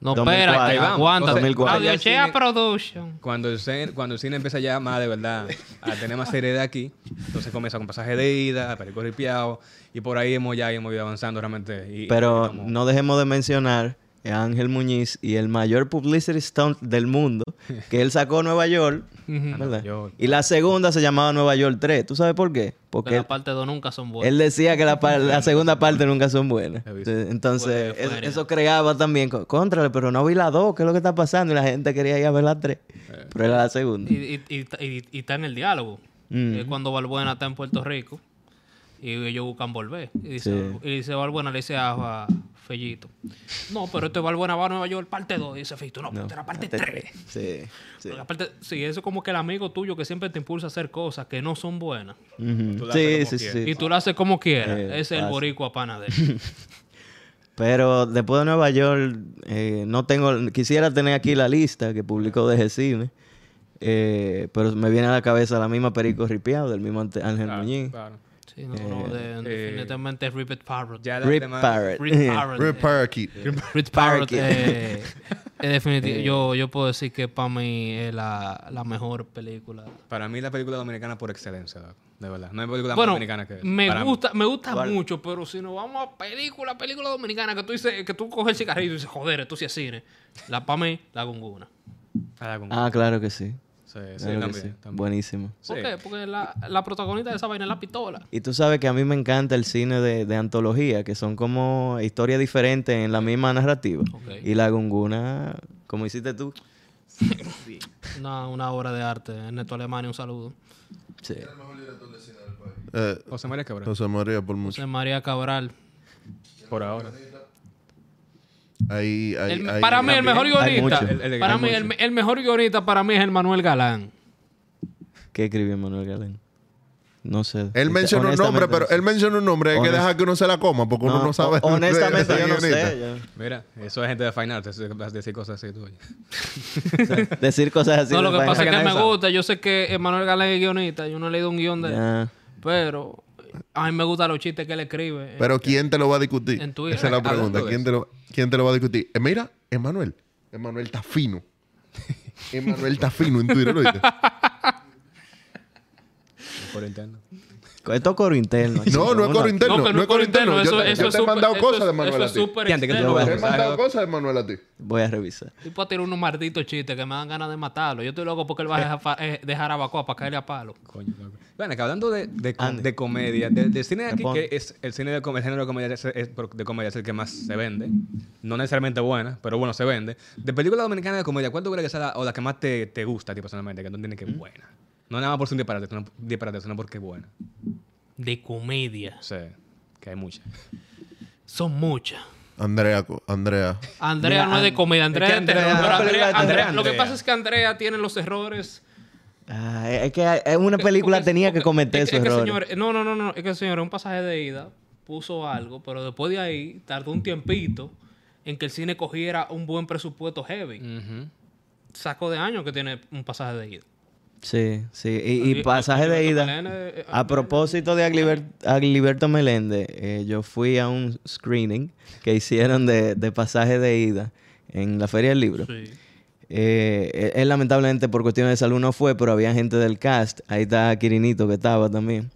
No, 2004. espérate, Ahí vamos. aguanta. 2004. Radio Chea Cine- Production. cuando el, cine, cuando el cine empieza ya más de verdad a tener más seriedad aquí, entonces comienza con pasaje de ida, perico ripiado, y por ahí hemos ya hemos ido avanzando realmente. y- Pero y como- no dejemos de mencionar a Ángel Muñiz y el mayor publicity stunt del mundo que él sacó Nueva York, ¿verdad? Nueva York. Y la segunda se llamaba Nueva York 3. ¿Tú sabes por qué? Porque Porque la parte 2 nunca son buenas. él decía que la, par- la segunda parte nunca son buenas. He visto. Entonces, Fue- fue es- eso creaba también co- contra, pero no vi la 2, ¿qué es lo que está pasando? Y la gente quería ir a ver la 3, Eh. pero era la segunda. y, y- y- y- y está en el diálogo. Es cuando Balbuena está en Puerto Rico y ellos buscan volver. Y dice, Sí. y dice Balbuena, le dice a, a Fellito, no, pero este Balbuena va a Nueva York, parte 2. Y dice Fellito, no, pero era parte 3. Sí, sí. Aparte, sí, eso es como que el amigo tuyo que siempre te impulsa a hacer cosas que no son buenas Ujú. Tú la Sí, haces sí, como sí, quieras. y tú lo haces como quieras. Eh, Ese es el fácil. boricua pana de él. Pero después de Nueva York, eh, no tengo, quisiera tener aquí la lista que publicó de Cine, eh, pero me viene a la cabeza la misma Perico Ripiado, del mismo Ante- Ángel Claro, Muñiz. Ah, claro. Sí, no, no, Eh, de- definitivamente Ripet Parrot. Ya las Rip demás- Parrot. Rip Parrot. Red eh, Parakeet. Ritz Parrot Parkit. eh, es Eh. definitivo. Yo, yo puedo decir que para mí es la, la mejor película. Para mí la película dominicana por excelencia, loco, de verdad. No hay película más Bueno, dominicana que esa, para me mí. gusta, me gusta ¿Cuál? mucho, pero si nos vamos a película, película dominicana, que tú dices, que tú coges el cigarrillo y dices, joder, esto sí es cine. La pa' mí, la gunguna. Ah, la con- Ah, claro que sí. sí, sí, claro que también, sí. también. Buenísimo. ¿Por Sí. qué? Porque la, la protagonista de esa vaina es la pistola. Y tú sabes que a mí me encanta el cine de, de antología, que son como historias diferentes en la misma narrativa. Ok. Y la gunguna, como hiciste tú. Una, una obra de arte. Ernesto Alemania, un saludo. Sí. Eh, José María Cabral, José María por mucho. José María Cabral. por ahora. Ahí, ahí, El- ahí- para mí, el también. mejor guionista. mucho. El- el- para hay mí, el, el mejor guionista para mí es el Manuel Galán. ¿Qué escribió Manuel Galán? No sé. Él menciona un nombre, Honestamente, pero no sé. él menciona un nombre. Hay que Honest- dejar que uno se la coma porque uno no sabe. hon- Honestamente, de- yo de no sé. guionista. Mira, eso es gente de Fine Arts, eso es decir cosas así tú, oye. yo- decir cosas así. no, lo me que parece- pasa es que nadie me sabe. gusta. Yo sé que Emanuel Galán es guionista. Yo no he leído un guión de él. Ya. Pero a mí me gustan los chistes que él escribe. eh, Pero ¿quién te lo va a discutir? En Twitter. Esa es la Hablando pregunta. de ¿Quién te, lo, ¿Quién te lo va a discutir? Eh, mira, Emanuel. Emanuel está fino. Emanuel está fino en Twitter, ¿oíste? Por interno. Esto es coro interno. No, no es coro interno. No, es coro interno. Yo, Eso, te- eso yo es te he súper- mandado eso cosas de es- Emanuel Eso a es ti. súper Fíjate que tú externo. lo Te ves. he mandado Claro. cosas de Emanuel a ti. Voy a revisar. Y para tirar unos malditos chistes que me dan ganas de matarlo. Yo estoy loco porque él va a dejar, fa- eh, dejar a Bacoa para caerle a palo. Coño, loco. Bueno, que hablando de, de, com- Andy. de comedia, de, de cine de aquí, Japón. que es el cine de comedia, el género de comedia, es, es- de comedia es el que más se vende. No necesariamente buena, pero bueno, se vende. De película dominicana de comedia, ¿cuál tú crees que sea la, o la que más te, te gusta a ti personalmente? Que tú tienes que Mm. es buena. No nada más por ser un disparate, sino, disparate, sino porque es buena. De comedia. Sí. que hay muchas. Son muchas. Andrea, co- Andrea. Andrea Mira, no es de An- comedia, Andrea es es, que de terror. Andrea- pero una película Andrea, de Andrea- terror. lo que Andrea. pasa es que Andrea tiene los errores. Ah, es que hay- es una película Porque- tenía que porque- cometer es, esos es que, errores. señores, no, no, no, no. Es que el señor, un pasaje de ida puso algo, pero después de ahí tardó un tiempito en que el cine cogiera un buen presupuesto heavy. Ujú. Saco de años que tiene un pasaje de ida. Sí, sí. Y, y Oye, pasaje de Alberto ida. ah, Meléndez, eh, A propósito de Agliber- Agliberto Meléndez, eh, yo fui a un screening que hicieron de, de pasaje de ida en la Feria del Libro. Sí. Eh, él lamentablemente por cuestiones de salud no fue, pero había gente del cast. Ahí está Kirinito que estaba también.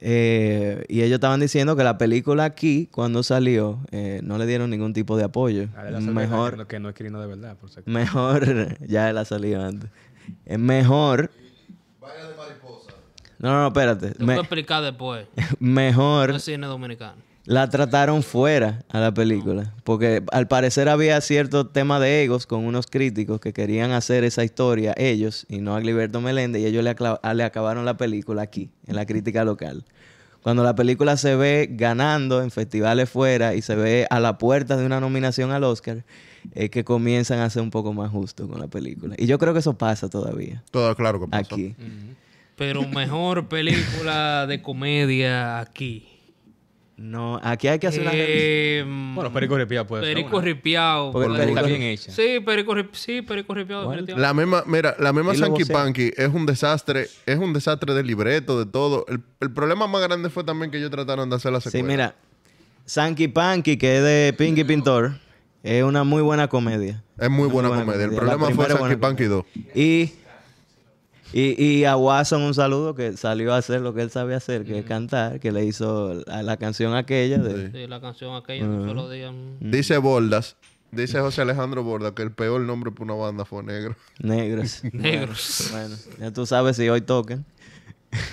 Eh, y ellos estaban diciendo que la película aquí, cuando salió, eh, no le dieron ningún tipo de apoyo. A ver, Ah, la cerveza, que Mejor, no- Que no es Quirino de verdad, por si acaso. mejor, ya él ha salido antes. Es mejor. No, no, no, espérate. Te Me- voy a explicar después. mejor El cine dominicano. la trataron fuera a la película. Porque al parecer había cierto tema de egos con unos críticos que querían hacer esa historia ellos y no a Gliberto Meléndez. Y ellos le, acla- a- le acabaron la película aquí, en la crítica local. Cuando la película se ve ganando en festivales fuera y se ve a la puerta de una nominación al Oscar, es que comienzan a ser un poco más justos con la película. Y yo creo que eso pasa todavía Todo claro que pasa. aquí. Pero mejor película de comedia aquí. No, aquí hay que hacer una revisión. Eh, Bueno, Perico Ripiá puede ser Perico una. Ripiao. puede Porque Porque Perico está ser. bien hecha. Sí, Perico, Rip- sí, Perico Ripiao. definitivamente. La misma, mira, la misma Y lo Sanky vocea. Panky es un desastre, es un desastre de libreto, de todo. El, el problema más grande fue también que ellos trataron de hacer la Sí, secuela. mira, Sanky Panky, que es de Pinky Pintor, es una muy buena comedia. Es muy buena, buena comedia. El comedia. problema La fue primera Sanky buena Panky 2. Y, y, y a Watson un saludo que salió a hacer lo que él sabe hacer, que es cantar, que le hizo la, la canción aquella de... Sí, la canción aquella, no solo digan. Mm. Dice Bordas, dice José Alejandro Bordas que el peor nombre para una banda fue negro. Negros. Negros. Bueno, ya tú sabes si hoy tocan.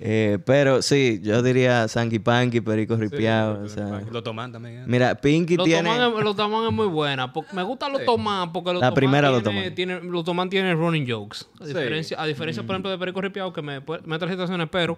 Eh, pero sí, yo diría Sanky Panky, Perico Ripiao. o sea. Lo toman también. ¿eh? Mira, Pinky Los tiene... Tomán es- los Tomán es muy buena. po- Me gusta los Tomán porque los La Tomán primera Los tiene, Tomán. Mm. tiene- los Tomán tiene running jokes. A Sí. diferencia, a diferencia por ejemplo, de Perico Ripiao, que me, puede- me trae situaciones, pero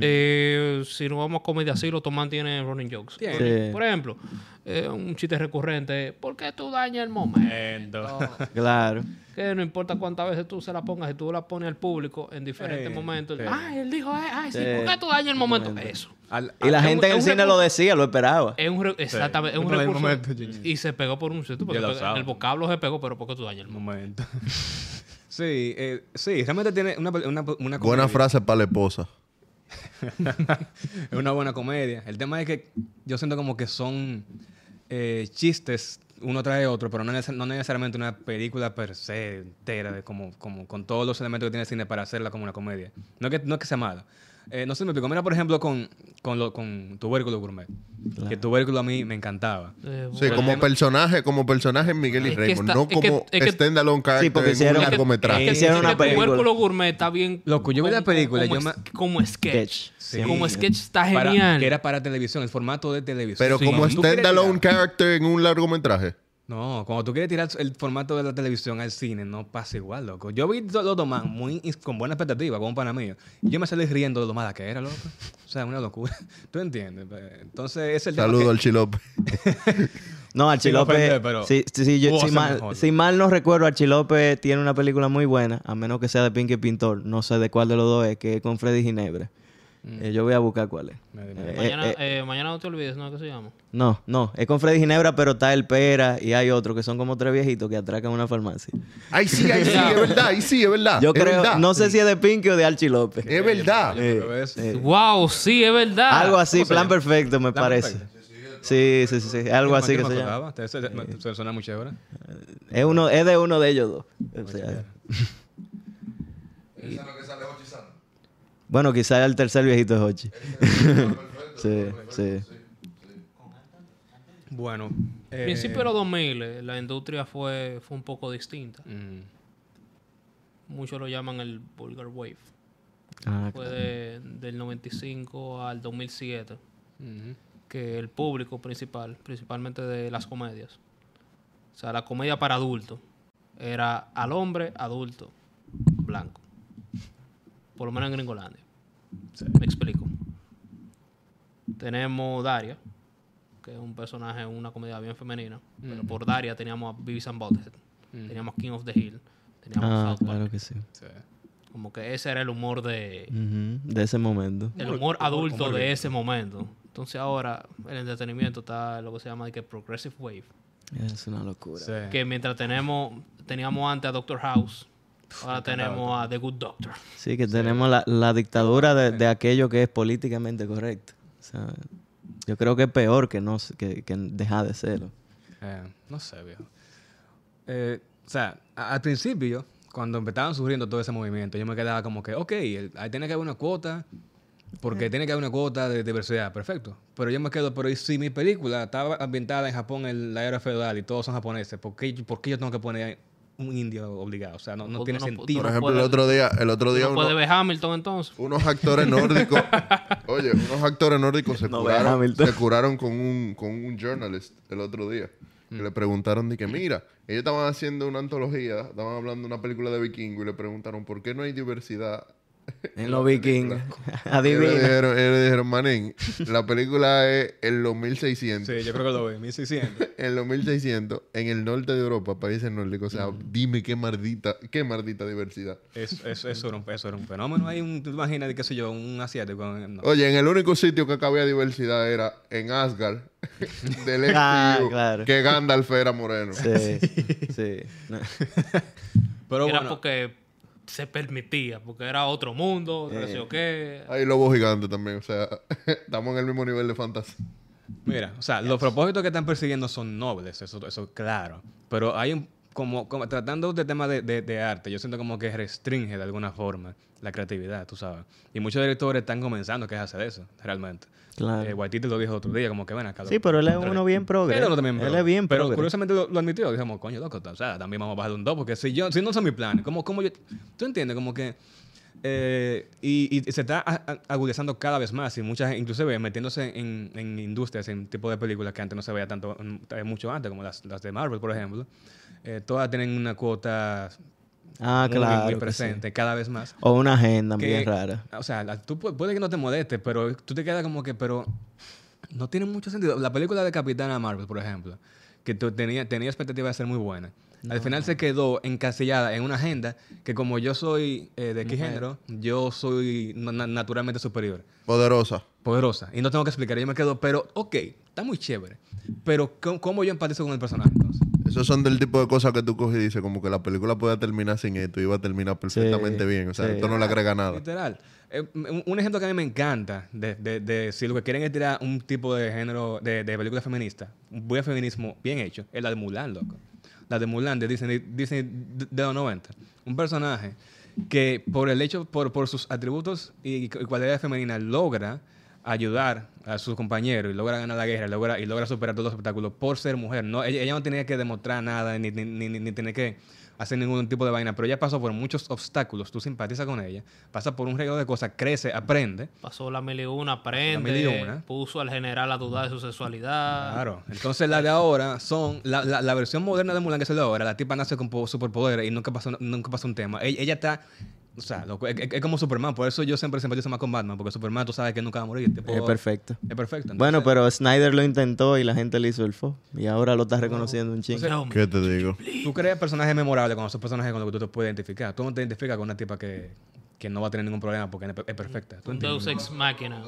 eh, si nos vamos a comedia así, los Tomán tiene running jokes. Tiene. Por- Sí. Por ejemplo, eh, un chiste recurrente: ¿Por qué tú dañas el momento? Entonces, Claro. Que no importa cuántas veces tú se la pongas, si tú la pones al público en diferentes Sí, momentos. sí. Ay, él dijo, eh, ay, sí, Sí. ¿por qué tú dañas el momento? Eso. al- Y Ah, la Es un- Eh, gente en el es un cine lo recurso. decía, lo esperaba. Es un re- exactamente, es un Pero hay recurso. momentos, Gigi. y se pegó por un sitio, porque Ya lo pega- en sabes. el vocablo se pegó, pero ¿por qué tú dañas el momento? momento. sí, eh, sí, realmente tiene una, una, una Buena comedia. frase para la esposa. es una buena comedia. El tema es que yo siento como que son eh, chistes uno trae otro, pero no, neces- no necesariamente una película per se entera, de como, como con todos los elementos que tiene el cine para hacerla como una comedia. No es que, no es que sea mala. Eh, no sé, me explico. Mira, por ejemplo, con, con, lo, con Tubérculo Gourmet. Que Tubérculo a mí me encantaba. Eh, Sí, bueno. como personaje, como personaje Miguel y Es que Raymond, está- no es que- como es que- standalone character Sí, porque en hicieron- un es que- largometraje. que- Hicieron que una el película. Tubérculo Gourmet está bien. Loco, yo vi como- la película, Como, yo es- me- como sketch. Sí. Como sketch está Para- genial. que era para televisión, el formato de televisión. Pero Sí. como Tú quieres standalone tirar- character en un largometraje. No, cuando tú quieres tirar el formato de la televisión al cine, no pasa igual, loco. Yo vi los Domán muy, ins- con buena expectativa, con un pana mío. Y Yo me salí riendo de lo mala que era, loco. O sea, una locura. ¿Tú entiendes? Pues, Entonces, ese es el tema Saludo que- al Chilope. No, Sin ofender, Archilope. pero Sí, sí, sí, yo- pudo si, ser mal, mejor. si mal no recuerdo, Archilope tiene una película muy buena, a menos que sea de Pinky Pintor. No sé de cuál de los dos es, que es con Freddy Ginebra. Eh, yo voy a buscar cuál es. Mm. Me- me- Eh, mañana, eh, eh, eh, mañana no te olvides, ¿no? ¿Qué se llama? no, no, es con Freddy Ginebra, pero está el Pera y hay otro que son como tres viejitos que atracan una farmacia. Ay, sí, ay, sí, es verdad, ay, sí, es verdad. Yo Ah, es creo, verdad. no sé si es de Pinky o de Archilope. Es verdad. Pero es- Eh, ¡Wow! Sí, es verdad. eh, algo así, ¿cómo se plan llama? perfecto, me Plan parece. Perfecto. Sí, sí, sí, sí, algo así ¿Qué que me se llama. acordaba? ¿Te- se- me- se- suena muy chévere. Es, uno, es de uno de ellos dos. O Pues sea, Esa es la que sale Hochi San. bueno, quizás el tercer viejito es Hochi. sí, sí. Bueno. Al eh, principio de los 2000 eh, la industria fue, fue un poco distinta. mm, Muchos lo llaman el Vulgar Wave. Ah, Fue de- del 95 al 2007. mm. que el público principal, principalmente de las comedias, o sea, la comedia para adultos, era al hombre adulto blanco. Por lo menos en Gringolandia. Me explico. Tenemos Daria, que es un personaje, una comedia bien femenina. Pero por Daria teníamos a Beavis and Butthead. Teníamos King of the Hill. Teníamos Ah, South Park. claro que sí. Sí. Como que ese era el humor de... Ujú, De ese momento. El humor adulto de ese momento. Entonces ahora el entretenimiento está en lo que se llama de que Progressive Wave. Es una locura. Sí. Que mientras tenemos, teníamos antes a Doctor House, ahora tenemos a The Good Doctor. Sí, que tenemos la, la dictadura de, de aquello que es políticamente correcto. O sea, yo creo que es peor que no se- que, que dejar de serlo. Eh, no sé, viejo. Eh, o sea, a- al principio, cuando empezaban surgiendo todo ese movimiento, yo me quedaba como que, ok, el- ahí tiene que haber una cuota, porque tiene que haber una cuota de diversidad, perfecto. Pero yo me quedo, pero ¿y si mi película estaba ambientada en Japón, en la era feudal, y todos son japoneses, ¿por qué, por qué yo tengo que poner un indio obligado? O sea, no, no Porque tiene uno- sentido. uno Por ejemplo, el puedes- otro día, el otro día No uno- puede ver Hamilton entonces. unos actores nórdicos, oye, unos actores nórdicos se, No ve a curaron, Hamilton. se curaron con un, con un journalist el otro día. Mm. Que le preguntaron de que, mira, ellos estaban haciendo una antología, estaban hablando de una película de vikingo y le preguntaron por qué no hay diversidad. En los vikingos. Y le Adivina. dijeron, y le dijeron, manín, la película es en los 1600. Sí, yo creo que lo ve, 1600. En los 1600, en el norte de Europa, países nórdicos, o sea, dime qué maldita, qué maldita diversidad. Eso, eso, eso, era un, eso era un fenómeno. Hay un, tú imaginas, qué sé yo, un asiático. no. Oye, en el único sitio que cabía diversidad era en Asgard, del FU, Ah, claro. que Gandalf era moreno. Sí, sí. No. Pero era bueno, porque se permitía, porque era otro mundo, no sé yo qué. Hay lobos gigantes también, o sea, estamos en el mismo nivel de fantasía. Mira, o sea, los propósitos que están persiguiendo son nobles, eso eso claro. Pero hay un, como, como tratando de temas de, de- de arte, yo siento como que restringe de alguna forma la creatividad, tú sabes. Y muchos directores están comenzando a quejarse de eso, realmente. Claro. Eh, Waititi lo dijo otro día, como que ven acá. Sí, pero él es otra uno vez". bien progre. Él es uno también Él progre. es bien Pero progre. curiosamente lo, lo admitió, dijimos, coño, loco, o sea, también vamos a bajar de un 2, porque si, yo, si no son mis planes, como, como yo, tú entiendes, como que... Eh, y, y se está a- a- agudizando cada vez más y muchas, inclusive metiéndose en, en industrias, en tipo de películas que antes no se veía tanto, mm, eh, mucho antes, como las, las de Marvel, por ejemplo. Eh, todas tienen una cuota Ah, muy, claro. que muy sí. presente cada vez más. O una agenda Que, bien rara. O sea, la- tú pu- puede que no te moleste, pero tú te quedas como que, pero no tiene mucho sentido. La película de Capitana Marvel, por ejemplo, que tú tenía, tenía expectativa de ser muy buena. Al final se quedó encasillada en una agenda que como yo soy eh, de qué género, yo soy na- na- naturalmente superior, Poderosa. poderosa. Y no tengo que explicar, yo me quedo, pero ok, está muy chévere. Pero ¿cómo, cómo yo empatizo con el personaje entonces? Esos son del tipo de cosas que tú coges y dices, como que la película puede terminar sin esto, iba a terminar perfectamente Sí, bien, o sea, sí. esto no le agrega nada. Literal. Eh, un, un ejemplo que a mí me encanta de, de- de si lo que quieren es tirar un tipo de género de, de película feminista, un buen feminismo bien hecho, es la de Mulan, loco. La de Mulan de Disney, Disney de de los 90. Un personaje que por el hecho, por, por sus atributos y, y cualidades femeninas logra ayudar a sus compañeros y logra ganar la guerra logra, y logra superar todos los obstáculos por ser mujer. No, ella, ella no tenía que demostrar nada ni, ni, ni, ni- ni tener que hacer ningún tipo de vaina, pero ella pasó por muchos obstáculos, tú simpatizas con ella, pasa por un regalo de cosas, crece, aprende. Pasó la mil y una, aprende, mil y una. Ah, puso al general a dudar de su sexualidad. Claro. Entonces la de ahora son la, la- la versión moderna de Mulan que es la de ahora. La tipa nace con po- superpoderes y nunca pasó nunca pasó un tema. E-, Ella, ella está o sea, loco, es, es- es como Superman, por eso yo siempre simpatizo más con Batman, porque Superman tú sabes que nunca va a morir. el tipo- Es perfecto. Es perfecto. Bueno, entonces- pero Snyder lo intentó y la gente le hizo el fo. Y ahora lo está reconociendo un Pues chingo. Tell me. ¿Qué te digo? Tú creas personajes memorables con esos personajes con los que tú te puedes identificar. Tú no te identificas con una tipa que, que no va a tener ningún problema porque es per- es perfecta. ¿Tú Un entiendes? Deus Ex Machina.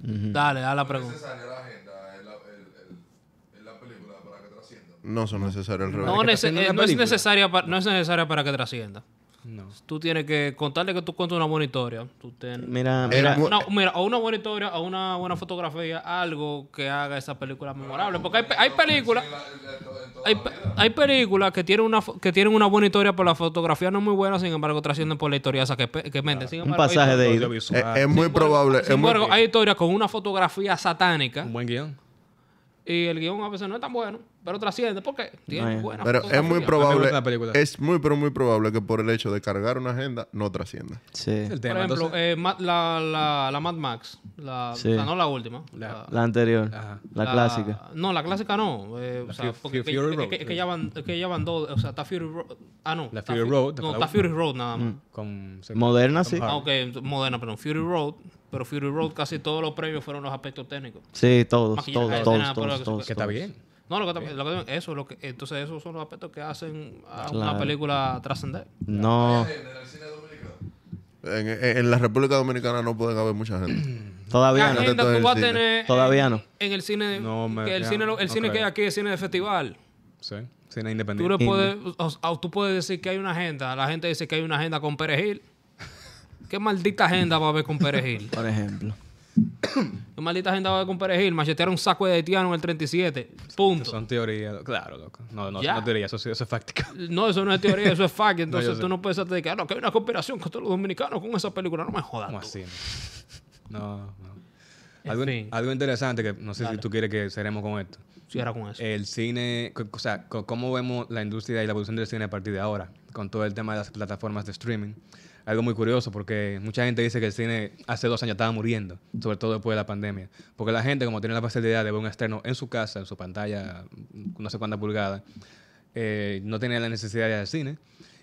Dale, haz la pregunta. necesaria la agenda en la, el- el- en la película para que trascienda. No son necesarios el revés. No, que nece- trascienda eh, la no es película. necesaria para, no es necesaria para que trascienda. No. Tú tienes que contarle que tú cuentas una buena historia. Tú ten- Mira, Era mira. mu- No, mira, o una buena historia, o una buena fotografía, algo que haga esa película memorable. Porque hay, pe- hay películas. Hay, pe- hay películas que tienen una fo- que tienen una buena historia, pero la fotografía no es muy buena, sin embargo, trascienden por la historia esa que, pe- que venden. Sin Un embargo, hay pasaje de eh, ida. Es, Audiovisual, es muy probable, Ah, Sin es muy, embargo, hay historias con una fotografía satánica Un buen guión. y el guión a veces no es tan bueno, pero trasciende porque tiene No es. buena pero es muy fotografía. probable, la película. es muy pero muy probable que por el hecho de cargar una agenda no trascienda. Sí. Es el Por tema. ejemplo, entonces- eh, Ma- la, la, la Mad Max, la, Sí. la- no la última. la- La anterior. Ajá. Ah. La clásica. No, la clásica no. eh, o sea, Fu- porque Fu- que, Fury que- Road, que- que sí. ya van, que ya van dos. O sea, está Fury Road. Ah, no. La está Fury Fu- Road, está No, la Mm. está última. Fury Road nada más. con, Moderna, sí. Ah, ok, moderna, perdón. Fury Road Pero Fury Road casi todos los premios fueron los aspectos técnicos. Sí, todos, Maquillaje, todos, escena, prueba todos, todos, que todos, se Que está todos. bien. No, lo que, está- lo que- eso, lo que, entonces esos son los aspectos que hacen a Claro. una película trascender. No, En, en- en la República Dominicana no pueden haber mucha gente. todavía La no. gente agenda todo tú el vas a cine. tener Todavía en- no. En el cine, No, me- que el ya, cine, lo- el no cine que creo. hay aquí es cine de festival. Sí. Cine Tú, le independiente. puedes, o- o tú puedes decir que hay una agenda. La gente dice que hay una agenda con Perejil. ¿Qué maldita agenda va a haber con Perejil? Por ejemplo. ¿Qué maldita agenda va a haber con Perejil? Machetear un saco de haitiano en el 37. Punto. Son teorías. Claro, loco. No, no, Ya. no teoría, eso, sí- eso es fáctica. No, eso no es teoría, eso es fact. Entonces yo sé. tú no puedes hacerte de que, ah, no, que hay una conspiración contra los dominicanos con esa película. No me jodas. ¿Cómo tú. así? No, no. En Algo, fin. algo interesante que no sé si tú quieres que cerremos con esto. Cierra con eso. El cine, co- o sea, co- cómo vemos la industria y la evolución del cine a partir de ahora, con todo el tema de las plataformas de streaming. Algo muy curioso porque mucha gente dice que el cine hace dos años estaba muriendo, sobre todo después de la pandemia. Porque la gente, como tiene la facilidad de ver un estreno en su casa, en su pantalla, no sé cuántas pulgadas, eh, no tenía la necesidad de ir al cine.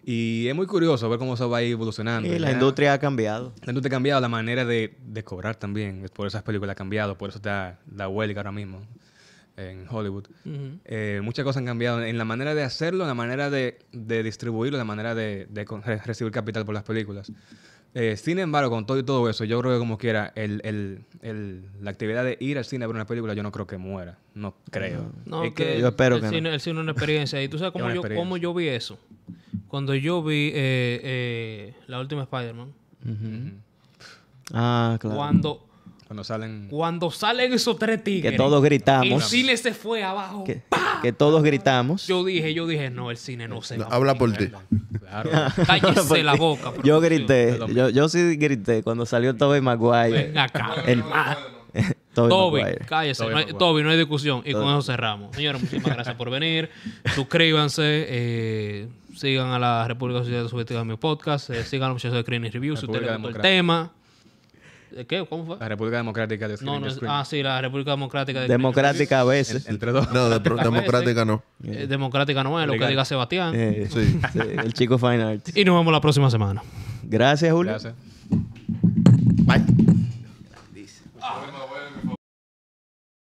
Y es muy curioso ver cómo eso va a ir evolucionando. Y la Ya- industria ha cambiado. la industria ha cambiado, la manera de, de cobrar también. Por esas películas ha cambiado, por eso está la huelga ahora mismo en Hollywood. Ujú. Eh, muchas cosas han cambiado en la manera de hacerlo, en la manera de, de distribuirlo, en la manera de, de con- re- recibir capital por las películas. Eh, sin embargo, con todo y todo eso, yo creo que como quiera, el, el- el- la actividad de ir al cine a ver una película, yo no creo que muera. No creo. No, Es que yo espero el que no. cine, el cine es una experiencia. Y tú sabes cómo, una yo, experiencia. cómo yo vi eso. Cuando yo vi eh, eh, la última Spider-Man. Ah, claro. Cuando, Cuando salen... cuando salen esos tres tigres. Que todos El gritamos. cine se fue abajo. Que, que todos gritamos. Yo dije, yo dije, no, el cine no se No, va. habla por ti. Claro. Cállese la boca. por Yo favor. grité. Yo, yo sí grité cuando salió Tobey Maguire. Ven Pues, acá. El Tobey Toby, Maguire. cállese. Toby no hay- Maguire. Toby, no hay discusión. Y con eso cerramos. Señores, muchísimas gracias por venir. Suscríbanse. eh, sigan a la República Sociedad Subjetiva de mi podcast. eh, sigan a los muchachos de Screen Review. Si usted le República gustó el Democrática. Ah, tema. ¿De ¿Qué? ¿Cómo fue? La República Democrática de No, Screen no es- Screen. Ah, sí, la República Democrática. de Screen Democrática a veces. Entre dos. No, de- democrática no. Review. Eh, democrática no es lo que Legal. diga Sebastián. Eh, Sí. sí, el chico Fine Arts. Y nos vemos la próxima semana. Gracias, Julio. Gracias. Bye.